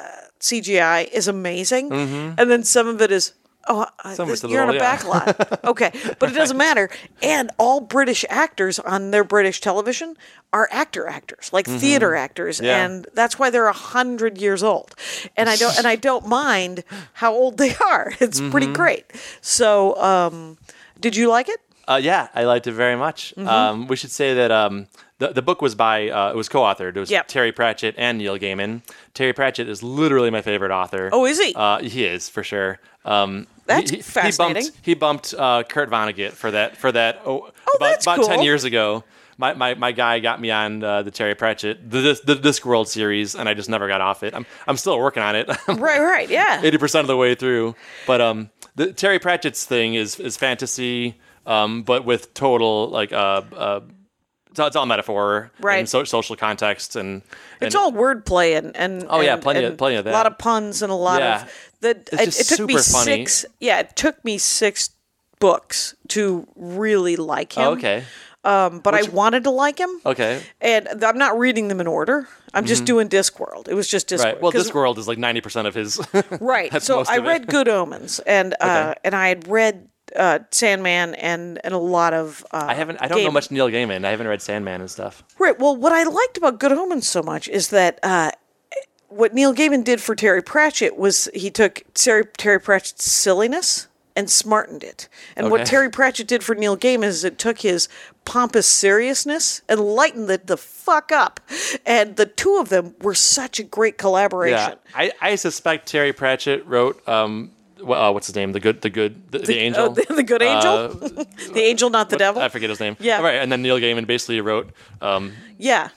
Speaker 1: uh, CGI is amazing, and then some of it is. Oh, I-
Speaker 2: Mm-hmm. Some of it's a
Speaker 1: you're in a
Speaker 2: little- yeah.
Speaker 1: back lot. Okay, but it doesn't matter. And all British actors on their British television are actor actors, like theater actors,
Speaker 2: Mm-hmm. Yeah.
Speaker 1: and that's why they're a hundred years old. And I don't and I don't mind how old they are. It's
Speaker 2: Mm-hmm.
Speaker 1: pretty great. So, um, did you like it?
Speaker 2: Uh, yeah, I liked it very much.
Speaker 1: Mm-hmm.
Speaker 2: Um, we should say that um, the the book was by uh, it was co-authored. It was
Speaker 1: Yep.
Speaker 2: Terry Pratchett and Neil Gaiman. Terry Pratchett is literally my favorite author.
Speaker 1: Oh, is he?
Speaker 2: Uh, he is for sure. Um,
Speaker 1: That's
Speaker 2: he, he,
Speaker 1: fascinating.
Speaker 2: He bumped, he bumped uh, Kurt Vonnegut for that for that oh, about,
Speaker 1: that's
Speaker 2: about ten
Speaker 1: cool.
Speaker 2: years ago. My, my, my guy got me on uh, the Terry Pratchett the, the, the Discworld series, and I just never got off it. I'm I'm still working on it.
Speaker 1: Right, right, yeah.
Speaker 2: eighty percent of the way through. But um, the, Terry Pratchett's thing is is fantasy, um, but with total like uh, uh it's all, it's all metaphor,
Speaker 1: Right.
Speaker 2: And so, social context, and,
Speaker 1: it's
Speaker 2: and-
Speaker 1: all wordplay and and oh
Speaker 2: yeah, plenty of- plenty of
Speaker 1: A lot
Speaker 2: that.
Speaker 1: of puns and a lot
Speaker 2: Yeah.
Speaker 1: of the. It,
Speaker 2: just
Speaker 1: it took me
Speaker 2: super funny.
Speaker 1: six. Yeah, it took me six books to really like him.
Speaker 2: Oh, okay,
Speaker 1: um, but I wanted to like him.
Speaker 2: okay, Mm-hmm.
Speaker 1: and th- I'm not reading them in order. I'm just doing Discworld. It was just Discworld.
Speaker 2: right. Well,
Speaker 1: 'Cause-
Speaker 2: Discworld is like ninety percent of his.
Speaker 1: right. so
Speaker 2: most
Speaker 1: I
Speaker 2: of it.
Speaker 1: read Good Omens, and uh,
Speaker 2: Okay.
Speaker 1: and I had read uh, Sandman, and and a lot of. Uh,
Speaker 2: I haven't. I don't know
Speaker 1: Gaiman.
Speaker 2: much Neil Gaiman. I haven't read Sandman and stuff.
Speaker 1: Right. Well, what I liked about Good Omens so much is that uh, what Neil Gaiman did for Terry Pratchett was he took Terry, Terry Pratchett's silliness and smartened it. And what
Speaker 2: Okay.
Speaker 1: Terry Pratchett did for Neil Gaiman is it took his pompous seriousness and lightened it the fuck up. And the two of them were such a great collaboration.
Speaker 2: I, I suspect Terry Pratchett wrote um, wh- uh, what's his name? The good, the good, the, the, angel,
Speaker 1: Oh, the, the good angel,
Speaker 2: Uh,
Speaker 1: the angel, not the devil.
Speaker 2: I forget his name.
Speaker 1: Yeah.
Speaker 2: right. And then Neil Gaiman basically wrote um,
Speaker 1: Yeah,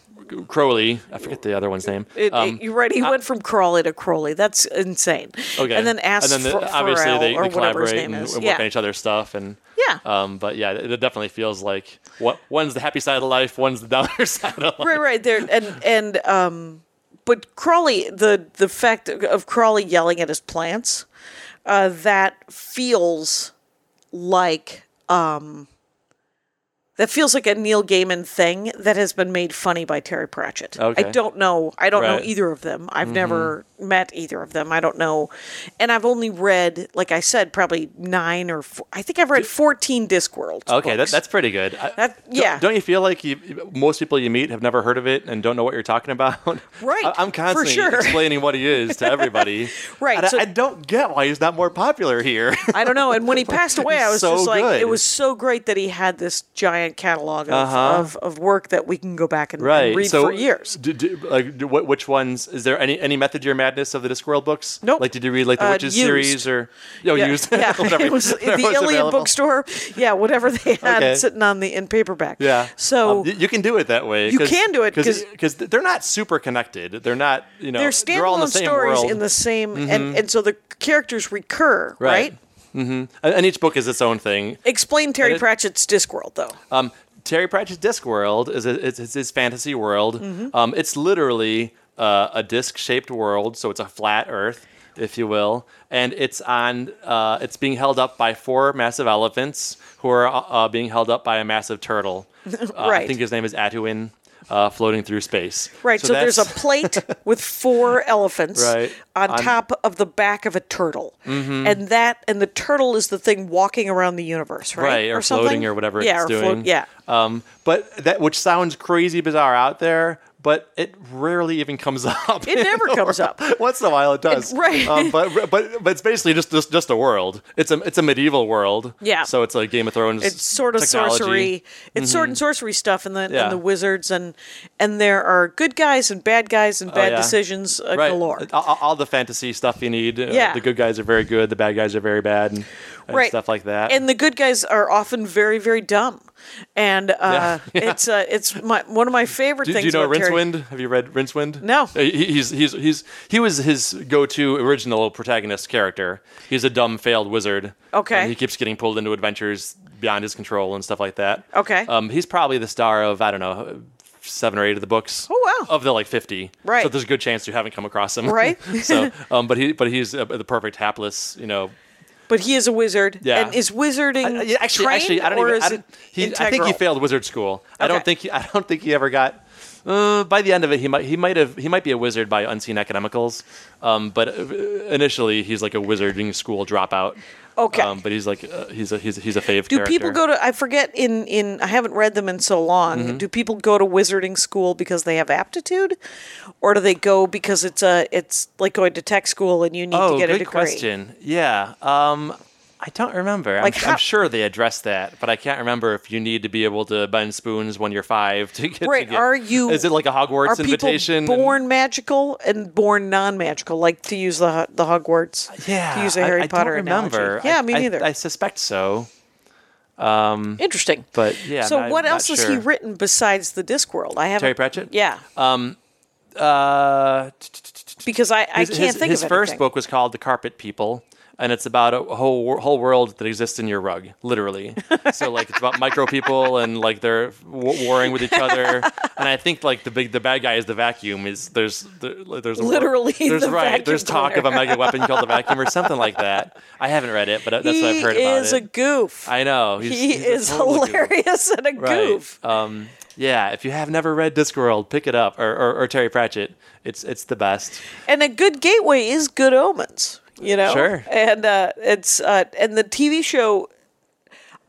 Speaker 2: Crowley. I forget the other one's name.
Speaker 1: It-
Speaker 2: Um,
Speaker 1: it- you're right. He went from Crawley to Crowley. That's insane.
Speaker 2: okay.
Speaker 1: and then asked
Speaker 2: And then
Speaker 1: for
Speaker 2: the- obviously
Speaker 1: Pharrell
Speaker 2: they,
Speaker 1: or
Speaker 2: they
Speaker 1: whatever his
Speaker 2: collaborate
Speaker 1: name
Speaker 2: and,
Speaker 1: is.
Speaker 2: and
Speaker 1: yeah.
Speaker 2: work on each other's stuff. And
Speaker 1: Yeah.
Speaker 2: Um, but yeah, it, it definitely feels like what one's the happy side of life, one's the downer side of life.
Speaker 1: right, right. There and and um, but Crawley, the the fact of Crawley yelling at his plants, uh, that feels like um, that feels like a Neil Gaiman thing that has been made funny by Terry Pratchett.
Speaker 2: Okay.
Speaker 1: I don't know. I don't know
Speaker 2: Right. Mm-hmm.
Speaker 1: either of them. I've never met either of them. I don't know, and I've only read, like I said, probably nine or four, I think I've read fourteen Discworld.
Speaker 2: Okay, that,
Speaker 1: books.
Speaker 2: that's pretty good. I-
Speaker 1: That-
Speaker 2: don't-
Speaker 1: yeah.
Speaker 2: Don't you feel like you, you- most people you meet have never heard of it and don't know what you're talking about?
Speaker 1: Right,
Speaker 2: I, am
Speaker 1: for
Speaker 2: constantly
Speaker 1: sure.
Speaker 2: explaining what he is to everybody.
Speaker 1: Right,
Speaker 2: And I-
Speaker 1: so-
Speaker 2: I don't get why he's not more popular here.
Speaker 1: I don't know. And when he passed away, I was
Speaker 2: so
Speaker 1: just like,
Speaker 2: good.
Speaker 1: it was so great that he had this giant catalog of, of, of work that we can go back and, and
Speaker 2: Uh-huh. right
Speaker 1: read
Speaker 2: so
Speaker 1: for years.
Speaker 2: d- d- like d- wh- which ones is there any any method to your madness madness of the Discworld books?
Speaker 1: Nope.
Speaker 2: Like, did you read like the
Speaker 1: Uh,
Speaker 2: Witches
Speaker 1: used.
Speaker 2: series or yo
Speaker 1: Yeah,
Speaker 2: used?
Speaker 1: yeah.
Speaker 2: whatever-
Speaker 1: it was the
Speaker 2: whatever was
Speaker 1: Iliad
Speaker 2: available.
Speaker 1: bookstore. Yeah, whatever they had
Speaker 2: Okay.
Speaker 1: sitting on the in paperback.
Speaker 2: Yeah.
Speaker 1: So
Speaker 2: Um, y- you can do it that way.
Speaker 1: You can do it 'cause-
Speaker 2: because they're not super connected. They're not you know
Speaker 1: they're
Speaker 2: they're all in
Speaker 1: standalone
Speaker 2: the same
Speaker 1: stories
Speaker 2: world. Mm-hmm.
Speaker 1: in the same, and, and so the characters recur, right?
Speaker 2: Right. Mm-hmm. and and each book is its own thing.
Speaker 1: Explain Terry
Speaker 2: And it-
Speaker 1: Pratchett's Discworld, though.
Speaker 2: Um, Terry Pratchett's Discworld is it's, it's his fantasy world.
Speaker 1: Mm-hmm.
Speaker 2: Um, it's literally uh, a disc-shaped world, so it's a flat Earth, if you will, and it's on. Uh, it's being held up by four massive elephants who are uh, being held up by a massive turtle. Uh, I
Speaker 1: Right.
Speaker 2: think his name is Atuin, uh, floating through space.
Speaker 1: Right. So, there's a
Speaker 2: that's-
Speaker 1: plate with four elephants
Speaker 2: Right.
Speaker 1: on
Speaker 2: On- Mm-hmm.
Speaker 1: top of the back of a turtle, and that and the turtle is the thing walking around the universe, right?
Speaker 2: right, or, floating or whatever
Speaker 1: yeah,
Speaker 2: it's
Speaker 1: or
Speaker 2: doing.
Speaker 1: float- yeah.
Speaker 2: Um, but that which sounds crazy bizarre out there, but it rarely even comes up.
Speaker 1: It never comes up.
Speaker 2: Once in a while it does.
Speaker 1: right.
Speaker 2: Um, but but but it's basically just just just a world. It's a it's a medieval world.
Speaker 1: Yeah.
Speaker 2: So it's like Game of Thrones.
Speaker 1: It's sort of
Speaker 2: technology. Mm-hmm.
Speaker 1: sorcery. It's sword and sorcery stuff, and the
Speaker 2: Yeah.
Speaker 1: and the wizards, and and there are good guys and bad guys and bad
Speaker 2: Oh, yeah.
Speaker 1: decisions uh,
Speaker 2: Right.
Speaker 1: galore.
Speaker 2: All- All, all the fantasy stuff you need. Uh,
Speaker 1: Yeah.
Speaker 2: The good guys are very good. The bad guys are very bad, and, and
Speaker 1: Right.
Speaker 2: stuff like that.
Speaker 1: and the good guys are often very very dumb and uh,
Speaker 2: Yeah.
Speaker 1: it's uh, it's my, one of my favorite
Speaker 2: Do, do
Speaker 1: things
Speaker 2: you know
Speaker 1: about Terry-
Speaker 2: Rincewind? Have you read Rincewind?
Speaker 1: No.
Speaker 2: Uh, he- He's he's he's he was his go-to original protagonist character. He's a dumb failed wizard.
Speaker 1: Okay.
Speaker 2: And he keeps getting pulled into adventures beyond his control and stuff like that.
Speaker 1: Okay.
Speaker 2: Um, he's probably the star of I don't know seven or eight of the books.
Speaker 1: Oh, wow.
Speaker 2: Of the like fifty.
Speaker 1: Right.
Speaker 2: So there's a good chance you haven't come across him.
Speaker 1: Right.
Speaker 2: so, um, but he but he's uh, the perfect hapless. You know.
Speaker 1: but he is a wizard
Speaker 2: Yeah.
Speaker 1: and is wizarding
Speaker 2: I- Uh, yeah, actually,
Speaker 1: Mm. trained,
Speaker 2: actually, I don't
Speaker 1: or
Speaker 2: even.
Speaker 1: is
Speaker 2: I, don't-
Speaker 1: it
Speaker 2: he, I think he
Speaker 1: integral?
Speaker 2: failed wizard school. I don't
Speaker 1: Okay.
Speaker 2: think. He, I don't think he ever got. Uh, by the end of it, he might. He might have. He might be a wizard by unseen economicals. Um, but uh, initially, he's like a wizarding school dropout.
Speaker 1: Okay.
Speaker 2: Um, but he's like uh, he's a he's a, he's a fave.
Speaker 1: do people go to i forget in in i haven't read them in so long
Speaker 2: Mm-hmm.
Speaker 1: do people go to wizarding school because they have aptitude or do they go because it's a it's like going to tech school and you need
Speaker 2: Oh,
Speaker 1: to get
Speaker 2: good
Speaker 1: a degree
Speaker 2: question. Yeah. Um, I don't remember. I'm,
Speaker 1: Like
Speaker 2: I'm
Speaker 1: how-
Speaker 2: sure they addressed that, but I can't remember if you need to be able to bend spoons when you're five to get. to
Speaker 1: Right,
Speaker 2: get-
Speaker 1: are you-
Speaker 2: Is it like a Hogwarts
Speaker 1: are people
Speaker 2: invitation? and-
Speaker 1: born magical and born non-magical like to use the the hogwarts
Speaker 2: Uh, Yeah,
Speaker 1: to use a
Speaker 2: I-
Speaker 1: harry
Speaker 2: I,
Speaker 1: potter
Speaker 2: Don't remember.
Speaker 1: analogy. yeah
Speaker 2: I-
Speaker 1: me
Speaker 2: I-
Speaker 1: neither
Speaker 2: I, suspect so,
Speaker 1: interesting
Speaker 2: but yeah.
Speaker 1: so
Speaker 2: I'm
Speaker 1: what
Speaker 2: not
Speaker 1: else has he
Speaker 2: sure.
Speaker 1: written besides the discworld i haven't
Speaker 2: Terry Pratchett.
Speaker 1: yeah
Speaker 2: Uh, t- t- t- t-
Speaker 1: because i i
Speaker 2: his,
Speaker 1: can't
Speaker 2: his-
Speaker 1: think
Speaker 2: his
Speaker 1: of
Speaker 2: first
Speaker 1: anything.
Speaker 2: book was called The Carpet People, and it's about a whole wor- whole world that exists in your rug, literally. so like it's about micro people and like they're w- warring with each other. And I think like the big the bad guy is the vacuum. Is there's there, like, there's a war-
Speaker 1: Literally
Speaker 2: there's
Speaker 1: the
Speaker 2: right
Speaker 1: vacuum
Speaker 2: there's talk of a mega weapon called the vacuum or something like that. I haven't read it, but that's what I've heard
Speaker 1: he
Speaker 2: about
Speaker 1: is
Speaker 2: it.
Speaker 1: a goof
Speaker 2: I know he's,
Speaker 1: he
Speaker 2: he's a
Speaker 1: is
Speaker 2: total goof.
Speaker 1: hilarious and a goof
Speaker 2: Um, yeah, if you have never read Discworld, pick it up or, or, or Terry Pratchett. It's it's the best.
Speaker 1: and a good gateway is good omens you know
Speaker 2: Sure.
Speaker 1: and uh it's uh and the tv show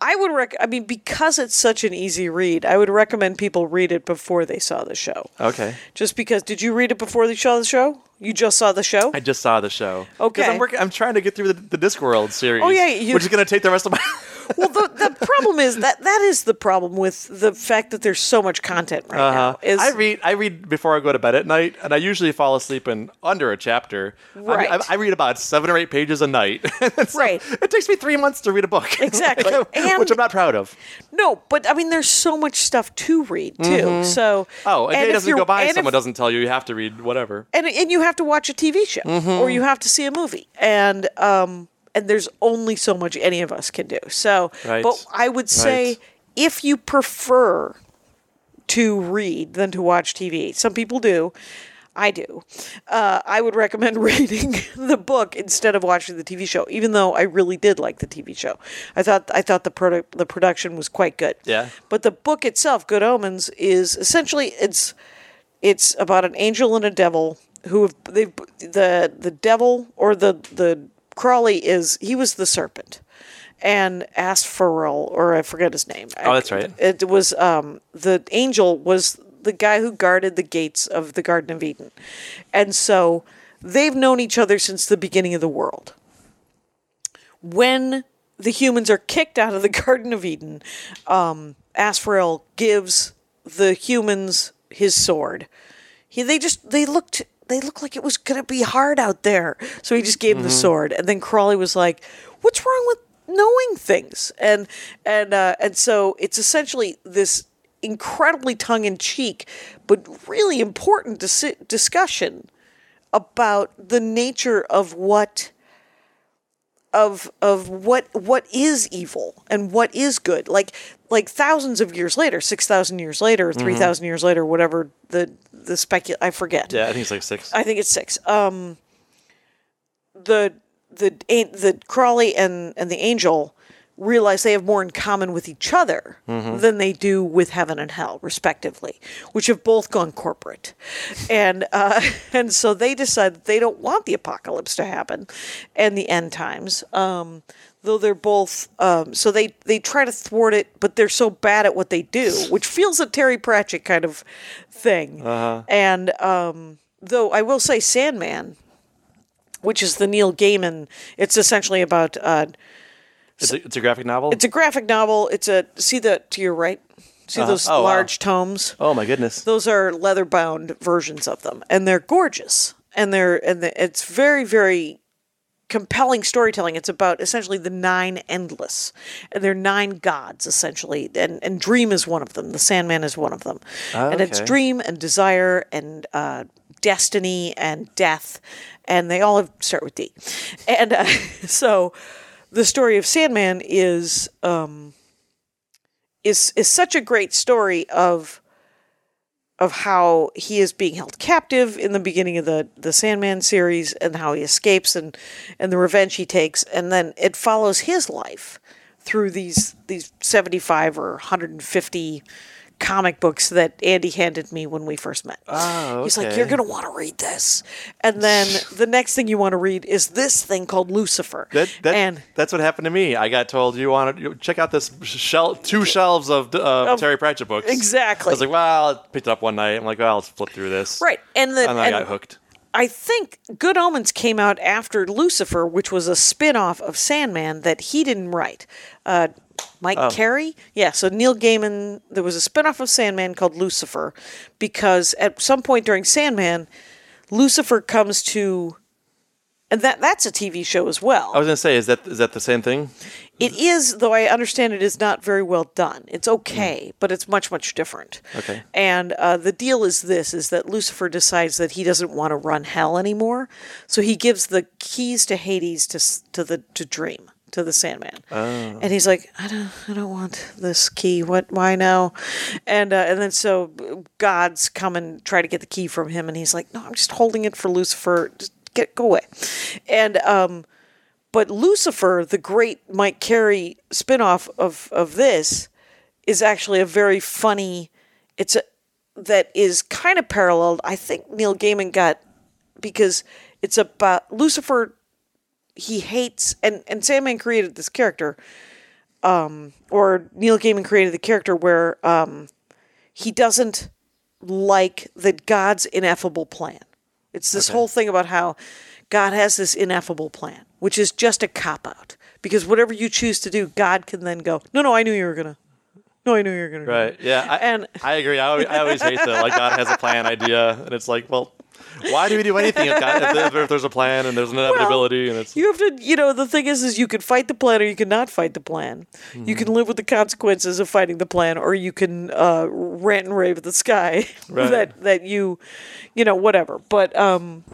Speaker 1: i would rec i mean because it's such an easy read i would recommend people read it before they saw the show
Speaker 2: Okay.
Speaker 1: just because did you read it before they saw the show you just saw the show
Speaker 2: I just saw the show. 'Cause
Speaker 1: Okay.
Speaker 2: I'm working. I'm trying to get through the, the Discworld series.
Speaker 1: Oh, yeah, you-
Speaker 2: which is gonna take the rest of my.
Speaker 1: well the, the problem is that that is the problem with the fact that there's so much content right now is
Speaker 2: Uh-huh. I read. I read before I go to bed at night, and I usually fall asleep in under a chapter. I-
Speaker 1: Right.
Speaker 2: I, I read about seven or eight pages a night. So
Speaker 1: Right.
Speaker 2: It takes me three months to read a book.
Speaker 1: Exactly.
Speaker 2: which
Speaker 1: And-
Speaker 2: I'm not proud of.
Speaker 1: No, but I mean, there's so much stuff to read too. So
Speaker 2: Oh, a
Speaker 1: and
Speaker 2: day
Speaker 1: if
Speaker 2: doesn't
Speaker 1: you're-
Speaker 2: go by.
Speaker 1: and
Speaker 2: Someone
Speaker 1: if,
Speaker 2: doesn't tell you you have to read whatever.
Speaker 1: and and you have to watch a TV show
Speaker 2: Mm-hmm.
Speaker 1: or you have to see a movie, and um and there's only so much any of us can do. So,
Speaker 2: Right.
Speaker 1: but I would say
Speaker 2: Right.
Speaker 1: if you prefer to read than to watch TV, some people do. I do. Uh, I would recommend reading the book instead of watching the TV show, even though I really did like the TV show. I thought I thought the product the production was quite good.
Speaker 2: Yeah.
Speaker 1: But the book itself, Good Omens, is essentially it's it's about an angel and a devil who have they the the devil or the the Crawley is he was the serpent and Asphodel or I forget his name.
Speaker 2: Oh, that's right.
Speaker 1: It was um the angel was the guy who guarded the gates of the Garden of Eden, and so they've known each other since the beginning of the world when the humans are kicked out of the Garden of Eden, um, Asphodel gives the humans his sword. He, they just they looked they looked like it was gonna be hard out there. So he just gave him the sword, and then Crawley was like, "What's wrong with knowing things?" And and uh, and so it's essentially this incredibly tongue in cheek, but really important dis- discussion about the nature of what of of what what is evil and what is good like like thousands of years later 6000 years later 3000 years later whatever the the specu- I forget
Speaker 2: Yeah, I think it's like six.
Speaker 1: I think it's 6 um the the an- the Crawley and and the angel realize they have more in common with each other than they do with heaven and hell respectively which have both gone corporate and uh, and so they decide that they don't want the apocalypse to happen and the end times um, though they're both um, so they they try to thwart it but they're so bad at what they do which feels a terry pratchett kind of thing and um, though i will say sandman which is the Neil Gaiman. It's essentially about uh,
Speaker 2: It's a, it's a graphic novel.
Speaker 1: it's a graphic novel. It's a see the to your right, see those
Speaker 2: Oh, wow.
Speaker 1: large tomes.
Speaker 2: oh my goodness.
Speaker 1: Those are leather bound versions of them, and they're gorgeous. And they're and the, it's very very compelling storytelling. It's about essentially the nine endless, and they're nine gods essentially, and and Dream is one of them. The Sandman is one of them, and it's
Speaker 2: okay.
Speaker 1: Dream and Desire and uh, Destiny and Death, and they all have, start with D, and uh, so the story of Sandman is um, is is such a great story of of how he is being held captive in the beginning of the the Sandman series and how he escapes and and the revenge he takes and then it follows his life through these these 75 or 150 comic books that Andy handed me when we first met.
Speaker 2: Oh,
Speaker 1: He's like
Speaker 2: okay.
Speaker 1: you're going to want to read this. And then the next thing you want to read is this thing called Lucifer.
Speaker 2: That, that,
Speaker 1: and
Speaker 2: that's what happened to me. I got told you want to check out this shel- two shelves of uh, Terry Pratchett books.
Speaker 1: exactly.
Speaker 2: I was like, well, I picked it up one night. I'm like, well, let's flip through this.
Speaker 1: Right, and then-
Speaker 2: and I got
Speaker 1: and-
Speaker 2: hooked.
Speaker 1: I think Good Omens came out after Lucifer, which was a spin-off of Sandman that he didn't write. Uh, Mike Carey? Yeah, so Neil Gaiman, there was a spin-off of Sandman called Lucifer because at some point during Sandman, Lucifer comes to and that that's a TV show as well.
Speaker 2: I was gonna say, is that is that the same thing?
Speaker 1: It is, though I understand it is not very well done. It's okay, but it's much, much different.
Speaker 2: Okay.
Speaker 1: And uh, the deal is this is that Lucifer decides that he doesn't want to run hell anymore. So he gives the keys to Hades to, s- to the to dream. To the Sandman, and he's like, I don't, I don't want this key. What? Why now? And uh, and then so gods come and try to get the key from him, and he's like, No, I'm just holding it for Lucifer. Just get go away. And um, but Lucifer, the great Mike Carey spinoff of of this, is actually a very funny. It's a that is kind of paralleled. I think Neil Gaiman got because it's about Lucifer. He hates and and Sandman created this character, um, or Neil Gaiman created the character where um, he doesn't like that God's ineffable plan. It's this whole thing about how God has this ineffable plan, which is just a cop out. Because whatever you choose to do, God can then go, no, no, I knew you were gonna, no, I knew you were gonna, do
Speaker 2: Right. Yeah. I,
Speaker 1: And-
Speaker 2: I agree. I always, I always hate that. Like God has a plan idea, and it's like, well, why do we do anything if, God, if, there- if there's a plan and there's an inevitability and it's
Speaker 1: You have to, you know, the thing is, is you can fight the plan or you can not fight the plan. You can live with the consequences of fighting the plan, or you can uh, rant and rave at the sky
Speaker 2: Right.
Speaker 1: that that you, you know, whatever. But um,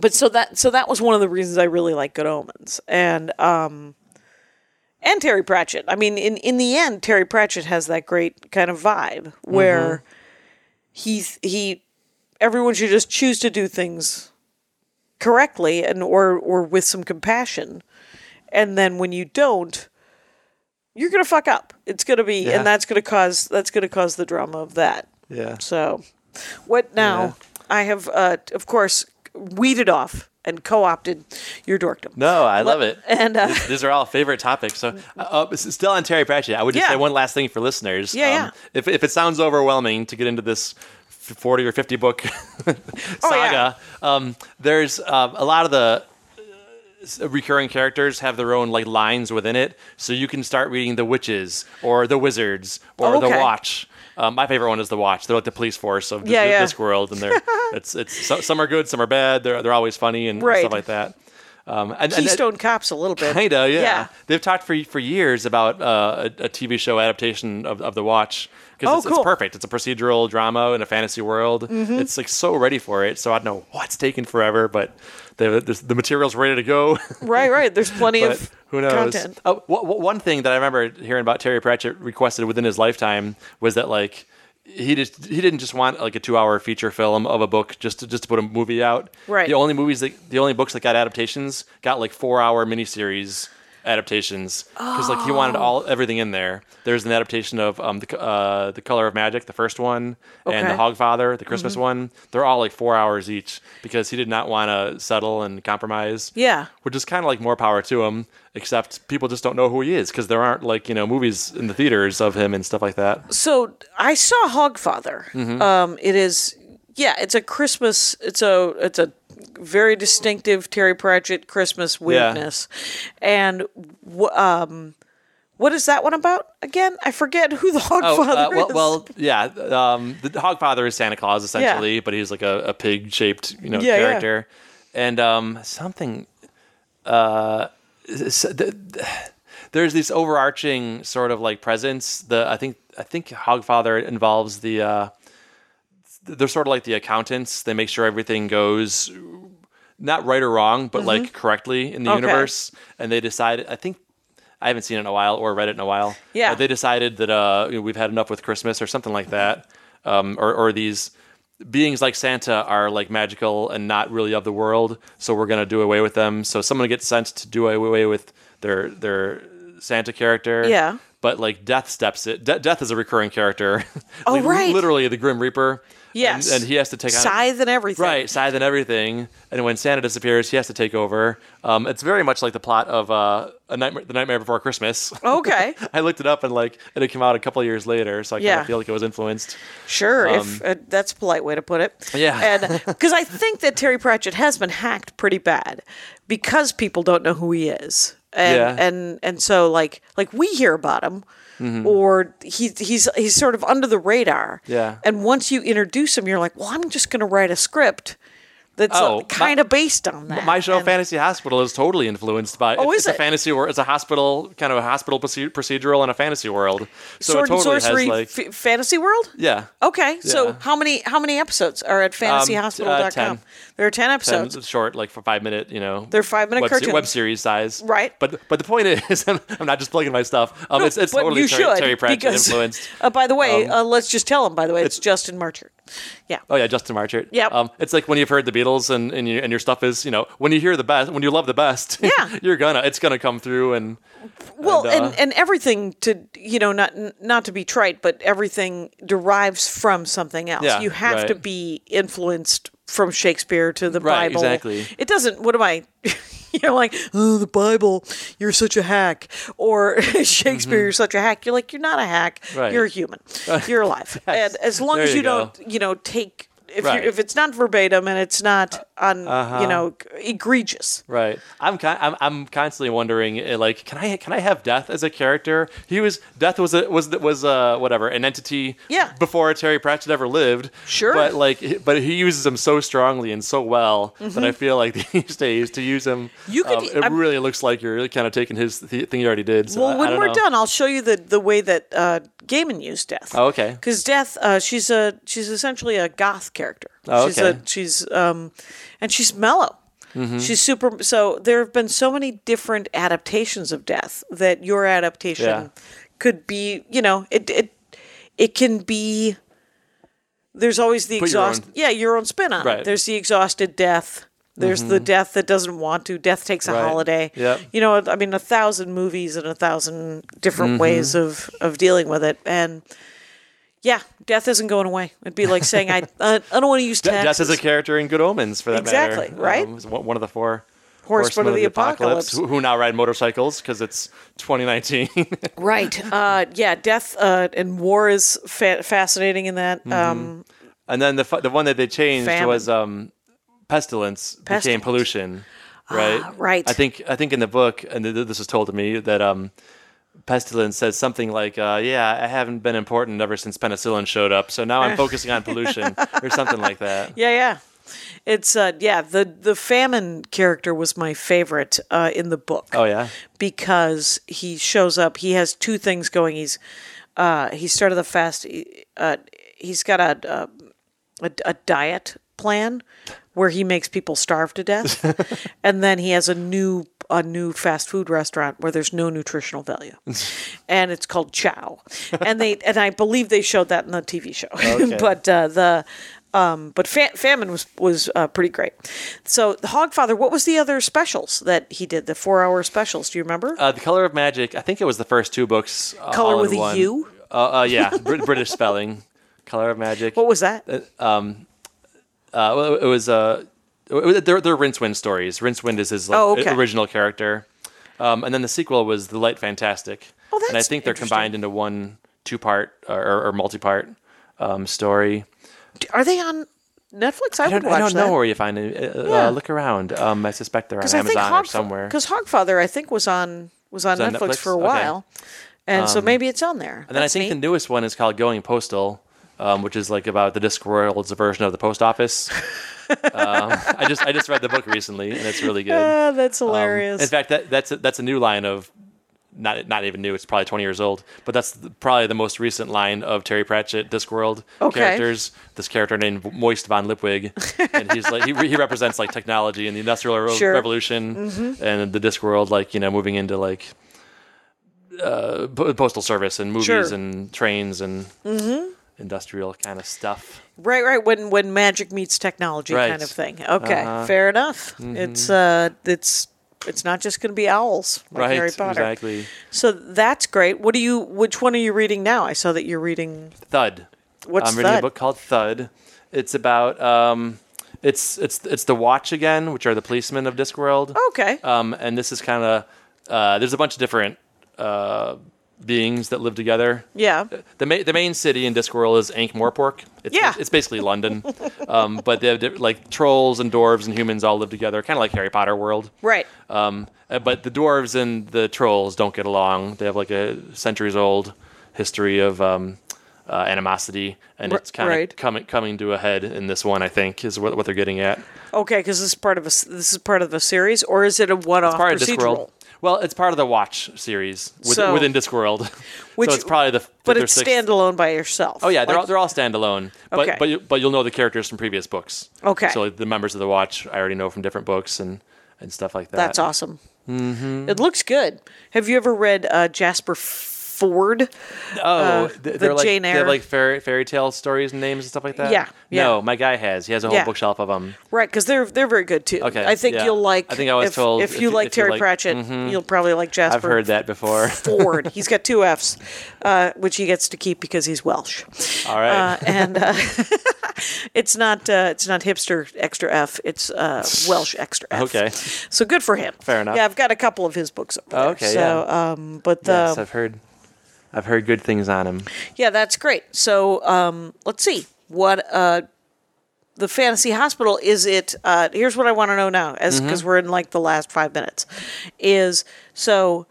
Speaker 1: but so that so that was one of the reasons I really like Good Omens and um, and Terry Pratchett. I mean, in in the end, Terry Pratchett has that great kind of vibe where he's he everyone should just choose to do things correctly and or or with some compassion and then when you don't you're gonna fuck up it's gonna be
Speaker 2: Yeah.
Speaker 1: and that's gonna cause that's gonna cause the drama of that
Speaker 2: yeah.
Speaker 1: so what now i have uh of course weeded off and co-opted your dorkdom
Speaker 2: No, I love it.
Speaker 1: and uh
Speaker 2: These are all favorite topics. So, uh, uh, s- still on Terry Pratchett, I would just
Speaker 1: Yeah.
Speaker 2: say one last thing for listeners. Um,
Speaker 1: Yeah, yeah.
Speaker 2: If, if it sounds overwhelming to get into this f- 40 or 50 book
Speaker 1: Oh,
Speaker 2: saga, um, there's uh, a lot of the uh, s- recurring characters have their own like lines within it. So you can start reading The Witches or The Wizards or The
Speaker 1: Okay.
Speaker 2: Watch. Um, my favorite one is the Watch. They're like the police force of this,
Speaker 1: Yeah, yeah.
Speaker 2: this world, and they're it's it's so, some are good, some are bad. They're they're always funny and
Speaker 1: Right.
Speaker 2: stuff like that. Um, and, and that-
Speaker 1: Keystone Cops a little bit.
Speaker 2: Kinda, yeah.
Speaker 1: Yeah.
Speaker 2: They've talked for for years about uh, a, a TV show adaptation of, of The Watch because
Speaker 1: Oh,
Speaker 2: it's,
Speaker 1: cool. Mm-hmm.
Speaker 2: it's perfect. It's a procedural drama in a fantasy world. It's like so ready for it. So I don't know what's taking forever, but the the, the material's ready to go.
Speaker 1: Right, right. There's plenty
Speaker 2: but
Speaker 1: of
Speaker 2: who knows?
Speaker 1: content.
Speaker 2: Oh, wh- wh- one thing that I remember hearing about Terry Pratchett requested within his lifetime was that like. He just he didn't just want like a two hour feature film of a book just to just to put a movie out.
Speaker 1: Right.
Speaker 2: The only movies that the only books that got adaptations got like four hour miniseries adaptations because like he wanted
Speaker 1: Oh.
Speaker 2: all everything in there. There's an adaptation of um the c- uh, the Color of Magic, the first one, and the
Speaker 1: Okay. Mm-hmm.
Speaker 2: Hogfather, the Christmas one. They're all like four hours each because he did not want to settle and compromise
Speaker 1: Yeah.
Speaker 2: which is kind of like more power to him. Except people just don't know who he is because there aren't like you know movies in the theaters of him and stuff like that.
Speaker 1: So I saw Hogfather.
Speaker 2: Mm-hmm.
Speaker 1: Um, it is, yeah, it's a Christmas. It's a it's a very distinctive Terry Pratchett Christmas weirdness. And wh- um, what is that one about again? I forget who the
Speaker 2: Oh,
Speaker 1: Hogfather
Speaker 2: uh, well,
Speaker 1: is.
Speaker 2: well, yeah. Um, the Hogfather is Santa Claus essentially, but he's like a, a pig-shaped you know
Speaker 1: Yeah, yeah.
Speaker 2: character, and um, something. Uh, s- th- th- there's this overarching sort of like presence. The I think I think Hogfather involves the. Uh, they're sort of like the accountants. They make sure everything goes not right or wrong, but like correctly in the
Speaker 1: Mm-hmm. Okay.
Speaker 2: universe. And they decided, I think, I haven't seen it in a while or read it in a while.
Speaker 1: Yeah.
Speaker 2: But they decided that uh, you know, we've had enough with Christmas or something like that. Um, or, or these beings like Santa are like magical and not really of the world. So we're going to do away with them. So someone gets sent to do away with their, their Santa character.
Speaker 1: Yeah.
Speaker 2: But like death steps it. De- death is a recurring character.
Speaker 1: Oh,
Speaker 2: Like,
Speaker 1: right.
Speaker 2: Literally the Grim Reaper. And-
Speaker 1: yes,
Speaker 2: And, he has to take on
Speaker 1: scythe and everything.
Speaker 2: Right, scythe and everything. And when Santa disappears, he has to take over. Um, it's very much like the plot of uh, a nightmare, the Nightmare Before Christmas.
Speaker 1: Okay.
Speaker 2: I looked it up and like and it came out a couple of years later, so I kind
Speaker 1: Yeah.
Speaker 2: of feel like it was influenced.
Speaker 1: Sure, if uh, that's a polite way to put it.
Speaker 2: Um, Yeah.
Speaker 1: and because I think that Terry Pratchett has been hacked pretty bad because people don't know who he is, and
Speaker 2: Yeah.
Speaker 1: and and so like like we hear about him,
Speaker 2: Mm-hmm.
Speaker 1: or he he's he's sort of under the radar.
Speaker 2: Yeah.
Speaker 1: and once you introduce him, you're like, well, I'm just going to write a script that's
Speaker 2: Oh, my-
Speaker 1: kind of based on that.
Speaker 2: My show,
Speaker 1: And-
Speaker 2: Fantasy Hospital, is totally influenced by.
Speaker 1: Oh,
Speaker 2: it's,
Speaker 1: is it?
Speaker 2: it's a fantasy world. It's a hospital kind of a hospital proce- procedural and a fantasy world. So
Speaker 1: Sword
Speaker 2: it totally
Speaker 1: and Sorcery Oh,
Speaker 2: has like
Speaker 1: f- Fantasy World.
Speaker 2: yeah.
Speaker 1: Okay,
Speaker 2: Yeah. Um, uh,
Speaker 1: so how many how many episodes are at fantasyhospital.com?
Speaker 2: ten.
Speaker 1: There are ten
Speaker 2: ten
Speaker 1: episodes.
Speaker 2: short, like for five minute, you know.
Speaker 1: They're five-minute
Speaker 2: web, se-
Speaker 1: cartoons.
Speaker 2: web series size,
Speaker 1: Right.
Speaker 2: But but the point is, I'm, I'm not just plugging my stuff. Um, it's it's
Speaker 1: but
Speaker 2: totally
Speaker 1: you
Speaker 2: Terry,
Speaker 1: should,
Speaker 2: Terry Pratchett
Speaker 1: because-
Speaker 2: influenced. um,
Speaker 1: Uh, by the way, uh, let's just tell him. By the way, it's, Justin Marchert. Yeah.
Speaker 2: Oh yeah, Justin Marchert.
Speaker 1: Yep.
Speaker 2: Um, it's like when you've heard the Beatles and and, you, and your stuff is you know when you hear the best when you love the best.
Speaker 1: Yeah.
Speaker 2: you're gonna it's gonna come through and
Speaker 1: Well,
Speaker 2: and,
Speaker 1: and,
Speaker 2: uh,
Speaker 1: and everything to you know not n- not to be trite, but everything derives from something else.
Speaker 2: Yeah,
Speaker 1: you have
Speaker 2: right.
Speaker 1: to be influenced from Shakespeare to the
Speaker 2: Right,
Speaker 1: Bible.
Speaker 2: exactly.
Speaker 1: It doesn't. What am I? you know, like oh, the Bible. You're such a hack, or Shakespeare. You're such a hack. You're like you're not a hack.
Speaker 2: Mm-hmm. Right.
Speaker 1: You're a human. You're alive. And as long
Speaker 2: There
Speaker 1: as
Speaker 2: you
Speaker 1: you
Speaker 2: go.
Speaker 1: don't, you know, take. If,
Speaker 2: Right. Uh, uh-huh.
Speaker 1: you if it's not verbatim and it's not on, you know, egregious.
Speaker 2: Right. I'm con- I'm I'm constantly wondering eh, like can I can I have Death as a character? He was Death was a, was was uh whatever an entity
Speaker 1: Yeah.
Speaker 2: before Terry Pratchett ever lived.
Speaker 1: Sure.
Speaker 2: But like h- but he uses him so strongly and so well that I feel like these days to use him
Speaker 1: Mm-hmm. You could-
Speaker 2: um, it
Speaker 1: I'm-
Speaker 2: really looks like you're kind of taking his th- thing you already did. So I-
Speaker 1: Well,
Speaker 2: I
Speaker 1: when
Speaker 2: don't
Speaker 1: we're
Speaker 2: know.
Speaker 1: done, I'll show you the the way that uh, Gaiman used death.
Speaker 2: Oh, okay.
Speaker 1: Because death, uh, she's a she's essentially a goth character.
Speaker 2: Oh,
Speaker 1: she's
Speaker 2: okay.
Speaker 1: A, she's um, and she's mellow.
Speaker 2: Mm-hmm.
Speaker 1: She's super. So there have been so many different adaptations of death that your adaptation
Speaker 2: Yeah.
Speaker 1: could be. You know, it it it can be. There's always the
Speaker 2: Put your
Speaker 1: exhaust.
Speaker 2: own-
Speaker 1: yeah, your own spin on
Speaker 2: Right. Mm-hmm.
Speaker 1: it. There's the exhausted death. There's the death that doesn't want to. Death takes a
Speaker 2: Right.
Speaker 1: holiday.
Speaker 2: Yep.
Speaker 1: You know, I mean, a thousand movies and a thousand different
Speaker 2: Mm-hmm.
Speaker 1: ways of of dealing with it, and yeah, death isn't going away. It'd be like saying I I I don't want to use
Speaker 2: De-
Speaker 1: taxes.
Speaker 2: Death is a character in Good Omens for that matter.
Speaker 1: Exactly, right?
Speaker 2: Um, it's one one of the four.
Speaker 1: Horsemen of the Apocalypse.
Speaker 2: who, who now ride motorcycles because it's 2019.
Speaker 1: right. Uh, yeah, death uh, and war is fa- fascinating in that.
Speaker 2: Mm-hmm.
Speaker 1: Um,
Speaker 2: And then the fu- the one that they changed
Speaker 1: Famine.
Speaker 2: was um, pestilence, became
Speaker 1: Pestilence. Ah,
Speaker 2: pollution, right?
Speaker 1: right.
Speaker 2: I think I think in the book, and th- th- this was told to me that um, Pestilence says something like, uh, "Yeah, I haven't been important ever since penicillin showed up, so now I'm focusing on pollution or something like that."
Speaker 1: Yeah, yeah. It's uh yeah, the the famine character was my favorite uh in the book.
Speaker 2: Oh yeah,
Speaker 1: because he shows up. He has two things going. He's uh, he started the fast. Uh, he's got a, uh, a a diet plan where he makes people starve to death, and then he has a new a new fast food restaurant where there's no nutritional value, and it's called Chow. And they and I believe they showed that in the TV show, but uh, the. Um, but fa- famine was was uh, pretty great. So Hogfather, what was the other specials that he did? The four hour specials. Do you remember?
Speaker 2: uh, the Color of Magic. I think it was the first two books. Uh,
Speaker 1: Color
Speaker 2: all
Speaker 1: with
Speaker 2: in
Speaker 1: a
Speaker 2: one.
Speaker 1: U?
Speaker 2: Uh, uh, yeah, Br- British spelling. Color of Magic.
Speaker 1: what was that?
Speaker 2: Uh, well, it was uh, it was- they're, they're Rincewind stories. Rincewind is his like,
Speaker 1: Oh, okay.
Speaker 2: original character, um, and then the sequel was The Light Fantastic.
Speaker 1: Oh,
Speaker 2: and I
Speaker 1: that's
Speaker 2: think they're
Speaker 1: interesting.
Speaker 2: combined into one two-part or, or, multi-part um, story.
Speaker 1: Are they on Netflix? I,
Speaker 2: I don't,
Speaker 1: would watch
Speaker 2: I don't
Speaker 1: that.
Speaker 2: know where you find it. Uh,
Speaker 1: Yeah.
Speaker 2: Uh, look around. Um, I suspect they're on
Speaker 1: I think
Speaker 2: Amazon or
Speaker 1: Hog-
Speaker 2: somewhere.
Speaker 1: Because Hogfather, I think, was on was on,
Speaker 2: on
Speaker 1: Netflix,
Speaker 2: Netflix?
Speaker 1: for a
Speaker 2: Okay. Um,
Speaker 1: while, and so maybe it's on there.
Speaker 2: And then I think the newest one is called Going Postal, um, which is like about the Discworld's version of the post office. um, I just I just read the book recently, and it's really good.
Speaker 1: Ah, that's
Speaker 2: Um,
Speaker 1: hilarious.
Speaker 2: in fact, that, that's a, that's a new line of not not even new. It's probably twenty years old, but that's the, probably the most recent line of Terry Pratchett Discworld
Speaker 1: Okay.
Speaker 2: characters. This character named Moist von Lipwig, and he's like he, re- he represents like technology and the industrial Re-
Speaker 1: Sure. Mm-hmm.
Speaker 2: revolution and the Discworld, like you know, moving into like. Uh, po- postal service and movies
Speaker 1: Sure. Mm-hmm.
Speaker 2: and trains and industrial kind of stuff.
Speaker 1: right, right. When when magic meets technology,
Speaker 2: Right. Uh-huh. Mm-hmm.
Speaker 1: kind of thing. Okay, fair enough. It's uh, it's it's not just going to be owls like
Speaker 2: right,
Speaker 1: Harry Potter.
Speaker 2: exactly.
Speaker 1: So that's great. What do you? Which one are you reading now? I saw that you're reading.
Speaker 2: Thud.
Speaker 1: What's
Speaker 2: I'm reading
Speaker 1: Thud?
Speaker 2: a book called Thud. It's about um, it's it's it's the Watch again, which are the policemen of Discworld.
Speaker 1: Okay.
Speaker 2: Um, and this is kind of uh, there's a bunch of different uh, beings that live together.
Speaker 1: yeah.
Speaker 2: The main the main city in Discworld is Ankh Morpork. It's,
Speaker 1: Yeah.
Speaker 2: It's basically London, um, but they have di- like trolls and dwarves and humans all live together, kind of like Harry Potter world.
Speaker 1: Right.
Speaker 2: Um, uh, but the dwarves and the trolls don't get along. They have like a centuries old history of um, uh, animosity, and
Speaker 1: R-
Speaker 2: it's kind of
Speaker 1: right.
Speaker 2: coming coming to a head in this one. I think is what, what they're getting at.
Speaker 1: Okay, because this is part of a s- this is part of a series, or is it a one-off
Speaker 2: Part of
Speaker 1: procedural?
Speaker 2: Discworld. Well, it's part of the Watch series with,
Speaker 1: So-
Speaker 2: within Discworld.
Speaker 1: Which-
Speaker 2: so it's probably the fifth
Speaker 1: But
Speaker 2: or
Speaker 1: it's
Speaker 2: sixth.
Speaker 1: standalone by yourself.
Speaker 2: Oh yeah, they're
Speaker 1: Like-
Speaker 2: all, they're all standalone. But
Speaker 1: Okay.
Speaker 2: but you, but you'll know the characters from previous books.
Speaker 1: Okay.
Speaker 2: So like, the members of the Watch I already know from different books and and stuff like that. Mm-hmm.
Speaker 1: That's awesome. It looks good. Have you ever read uh, Jasper Ford?
Speaker 2: Oh, th-
Speaker 1: Uh, the
Speaker 2: they're like
Speaker 1: Jane
Speaker 2: they
Speaker 1: Eyre.
Speaker 2: have like fairy fairy tale stories and names and stuff like that.
Speaker 1: Yeah, yeah.
Speaker 2: No, my guy has. He has a whole
Speaker 1: Yeah.
Speaker 2: bookshelf of them.
Speaker 1: Right, because they're they're very good too.
Speaker 2: Okay,
Speaker 1: I think
Speaker 2: yeah.
Speaker 1: you'll like.
Speaker 2: I think I was
Speaker 1: if,
Speaker 2: told
Speaker 1: if
Speaker 2: if
Speaker 1: you
Speaker 2: you-
Speaker 1: like
Speaker 2: if you
Speaker 1: Terry
Speaker 2: like- Mm-hmm.
Speaker 1: Pratchett, you'll probably like Jasper.
Speaker 2: I've heard that before.
Speaker 1: Ford. He's got two F's, uh, which he gets to keep because he's Welsh.
Speaker 2: All right.
Speaker 1: Uh, and uh, it's not uh, it's not hipster extra F. It's uh, Welsh extra F.
Speaker 2: Okay.
Speaker 1: So good for him.
Speaker 2: Fair enough.
Speaker 1: Yeah, I've got a couple of his books. Up there.
Speaker 2: okay,
Speaker 1: So, um, but the,
Speaker 2: yes, I've heard. I've heard good things on him.
Speaker 1: Yeah, that's great. So um, let's see what uh, the fantasy hospital is. It uh, here's what I want to know now, as
Speaker 2: Mm-hmm.
Speaker 1: because we're in like the last five minutes, is so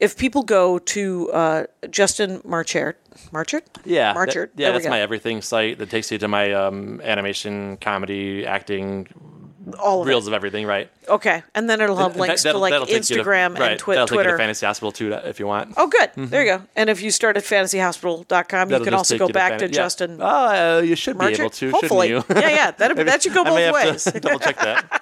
Speaker 1: if people go to uh, Justin Marchert, Marchert,
Speaker 2: Yeah, that-
Speaker 1: Marchert,
Speaker 2: yeah,
Speaker 1: there we
Speaker 2: that's
Speaker 1: go.
Speaker 2: my everything site that takes you to my um, animation, comedy, acting,
Speaker 1: all of
Speaker 2: reels of everything. Right.
Speaker 1: It. Okay, and then it'll have
Speaker 2: And
Speaker 1: links to
Speaker 2: that'll-
Speaker 1: like
Speaker 2: that'll take you to-
Speaker 1: Instagram
Speaker 2: right,
Speaker 1: and twi-
Speaker 2: that'll Take you
Speaker 1: Twitter.
Speaker 2: to Fantasy Hospital too, to- if you want.
Speaker 1: Oh, good. There you go. And if you start at fantasyhospital.com, you
Speaker 2: That'll
Speaker 1: can
Speaker 2: just
Speaker 1: also
Speaker 2: take
Speaker 1: go
Speaker 2: you
Speaker 1: back
Speaker 2: Fan-
Speaker 1: to
Speaker 2: yeah.
Speaker 1: Justin
Speaker 2: Oh, uh, you should be able
Speaker 1: Marchert.
Speaker 2: to,
Speaker 1: Hopefully.
Speaker 2: shouldn't you?
Speaker 1: yeah, yeah. That, that should go
Speaker 2: I may
Speaker 1: both
Speaker 2: have
Speaker 1: ways.
Speaker 2: to double check that.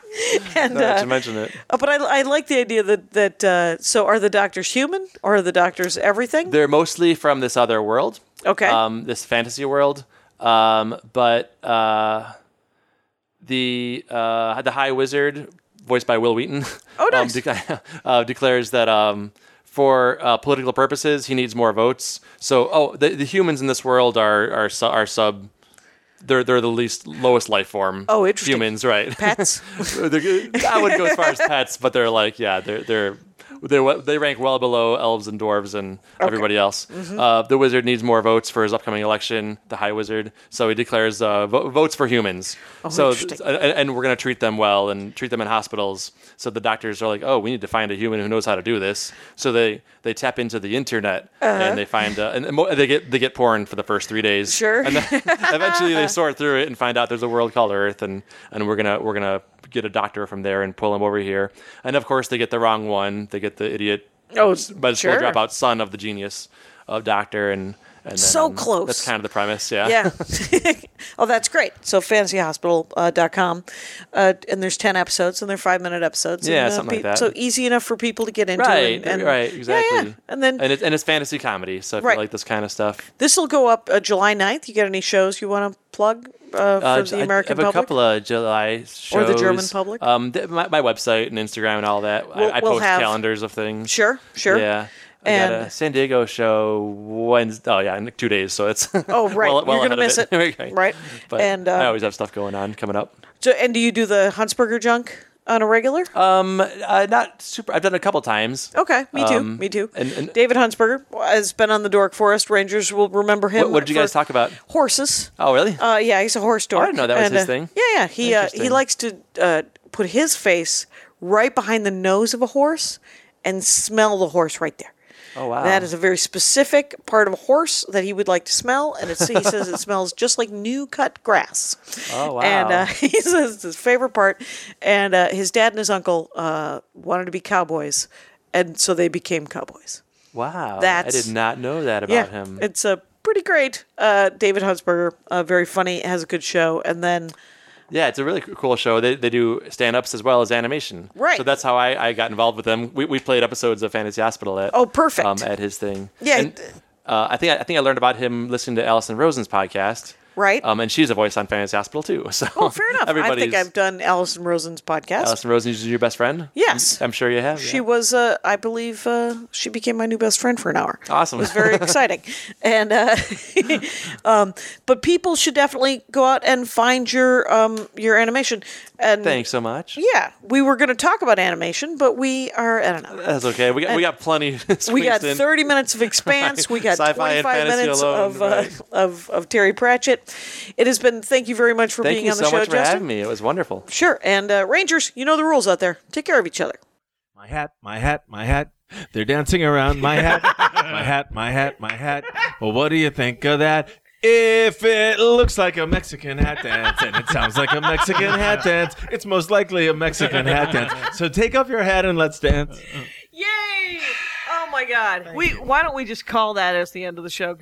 Speaker 1: and,
Speaker 2: now that
Speaker 1: uh,
Speaker 2: you mention it.
Speaker 1: Uh, but I, I like the idea that that uh, so are the doctors human or are the doctors everything?
Speaker 2: They're mostly from this other world.
Speaker 1: Okay.
Speaker 2: Um, this fantasy world. Um, but uh, the uh, the High Wizard, voiced by Will Wheaton,
Speaker 1: Oh,
Speaker 2: um,
Speaker 1: nice.
Speaker 2: de- uh, declares that um, for uh, political purposes, he needs more votes. So, oh, the, the humans in this world are are, su- are sub. They're, they're the least lowest life form.
Speaker 1: Oh, interesting.
Speaker 2: Humans, right?
Speaker 1: Pets.
Speaker 2: They're- I wouldn't go as far as pets, but they're like, yeah, they're they're They wa- they rank well below elves and dwarves and everybody else. Uh, the wizard needs more votes for his upcoming election. The high wizard, so he declares uh, vo- votes for humans. so
Speaker 1: interesting.
Speaker 2: and, and we're gonna treat them well and treat them in hospitals. So the doctors are like, oh, we need to find a human who knows how to do this. So they they tap into the internet and they find uh, and mo- they get they get porn for the first three days.
Speaker 1: Sure.
Speaker 2: And then eventually they sort through it and find out there's a world called Earth, and and we're gonna we're gonna get a doctor from there and pull him over here. And of course they get the wrong one. They get the idiot.
Speaker 1: Oh,
Speaker 2: but it's
Speaker 1: sure.
Speaker 2: dropout son of the genius of doctor and. And then,
Speaker 1: So
Speaker 2: um,
Speaker 1: close.
Speaker 2: That's kind of the premise, yeah.
Speaker 1: Yeah. oh, that's great. So fantasyhospital.com. Uh, and there's 10 episodes and they're five minute episodes.
Speaker 2: Yeah,
Speaker 1: and, uh,
Speaker 2: something like that.
Speaker 1: So easy enough for people to get into.
Speaker 2: Right,
Speaker 1: and- and- yeah,
Speaker 2: right,
Speaker 1: yeah.
Speaker 2: exactly.
Speaker 1: And then
Speaker 2: and, it, and it's fantasy comedy, so if
Speaker 1: Right.
Speaker 2: you like this kind of stuff,
Speaker 1: this will go up uh, July 9th. You got any shows you want to plug uh, for
Speaker 2: Uh,
Speaker 1: the American
Speaker 2: I have
Speaker 1: public?
Speaker 2: a couple of July shows.
Speaker 1: Or the German public?
Speaker 2: Um, th- my, my website and Instagram and all that. I-
Speaker 1: We'll-
Speaker 2: I,
Speaker 1: we'll
Speaker 2: post
Speaker 1: have-
Speaker 2: calendars of things.
Speaker 1: Sure, sure.
Speaker 2: Yeah. I
Speaker 1: And-
Speaker 2: got a San Diego show Wednesday. Oh yeah, in like two days. So it's
Speaker 1: Oh, right.
Speaker 2: well- well
Speaker 1: You're
Speaker 2: ahead
Speaker 1: going
Speaker 2: of
Speaker 1: to miss it.
Speaker 2: Okay.
Speaker 1: Right.
Speaker 2: But
Speaker 1: and, uh,
Speaker 2: I always have stuff going on coming up.
Speaker 1: so, and do you do the Huntsberger junk on a regular?
Speaker 2: Uh, not super. I've done it a couple times.
Speaker 1: Okay, me too.
Speaker 2: Um,
Speaker 1: me too.
Speaker 2: and- and-
Speaker 1: David Huntsberger has been on the Dork Forest. Rangers will remember him.
Speaker 2: What, what did you
Speaker 1: for
Speaker 2: guys talk about?
Speaker 1: Horses.
Speaker 2: Oh really?
Speaker 1: Uh, yeah, he's a horse dork.
Speaker 2: didn't know that was
Speaker 1: and,
Speaker 2: his
Speaker 1: uh,
Speaker 2: thing.
Speaker 1: Yeah, yeah. He uh, he
Speaker 2: Interesting.
Speaker 1: likes to uh, put his face right behind the nose of a horse and smell the horse right there.
Speaker 2: oh wow.
Speaker 1: That is a very specific part of a horse that he would like to smell, and it's, he says it smells just like new cut grass.
Speaker 2: Oh,
Speaker 1: And uh,
Speaker 2: wow.
Speaker 1: he says it's his favorite part. And uh, his dad and his uncle uh, wanted to be cowboys, and so they became cowboys.
Speaker 2: wow. I
Speaker 1: that's-
Speaker 2: did not know that about
Speaker 1: Yeah,
Speaker 2: him.
Speaker 1: it's uh, pretty great. Uh, David Huntsberger, uh, very funny, has a good show, and then
Speaker 2: Yeah, it's a really c- cool show. They, they do stand ups as well as animation.
Speaker 1: Right.
Speaker 2: So that's how I, I got involved with them. We, we played episodes of Fantasy Hospital at
Speaker 1: Oh, perfect.
Speaker 2: um, at his thing.
Speaker 1: Yeah.
Speaker 2: And, uh, I think I, I think I learned about him listening to Allison Rosen's podcast.
Speaker 1: Right.
Speaker 2: Um, and she's a voice on Fantasy Hospital too. So
Speaker 1: oh, fair enough. I
Speaker 2: Everybody's
Speaker 1: think I've done Allison Rosen's podcast.
Speaker 2: Allison Rosen is your best friend. Mm,
Speaker 1: Yes.
Speaker 2: I'm sure you have.
Speaker 1: She
Speaker 2: yeah.
Speaker 1: was, uh, I believe, uh, she became my new best friend for an hour.
Speaker 2: Awesome.
Speaker 1: It was very exciting. And, uh, um, but people should definitely go out and find your, um, your animation. And
Speaker 2: Thanks so much.
Speaker 1: Yeah, we were going to talk about animation, but we are at an hour.
Speaker 2: That's okay. We got we got plenty.
Speaker 1: We got
Speaker 2: squeezed in.
Speaker 1: 30 minutes of Expanse. We got
Speaker 2: Sci-fi
Speaker 1: 25
Speaker 2: and fantasy
Speaker 1: minutes
Speaker 2: alone,
Speaker 1: of, uh,
Speaker 2: right.
Speaker 1: of of Terry Pratchett. It has been. Thank you very much for
Speaker 2: Thank
Speaker 1: being
Speaker 2: you
Speaker 1: on the
Speaker 2: so
Speaker 1: show,
Speaker 2: much for
Speaker 1: Justin.
Speaker 2: having me. It was wonderful.
Speaker 1: Sure. And uh, Rangers, you know the rules out there. Take care of each other.
Speaker 3: My hat, my hat, my hat. They're dancing around my hat, my hat, my hat, my hat. Well, what do you think of that? If it looks like a Mexican hat dance and it sounds like a Mexican hat dance, it's most likely a Mexican hat dance. So take off your hat and let's dance.
Speaker 4: Yay! Oh my God! we why don't we just call that as the end of the show?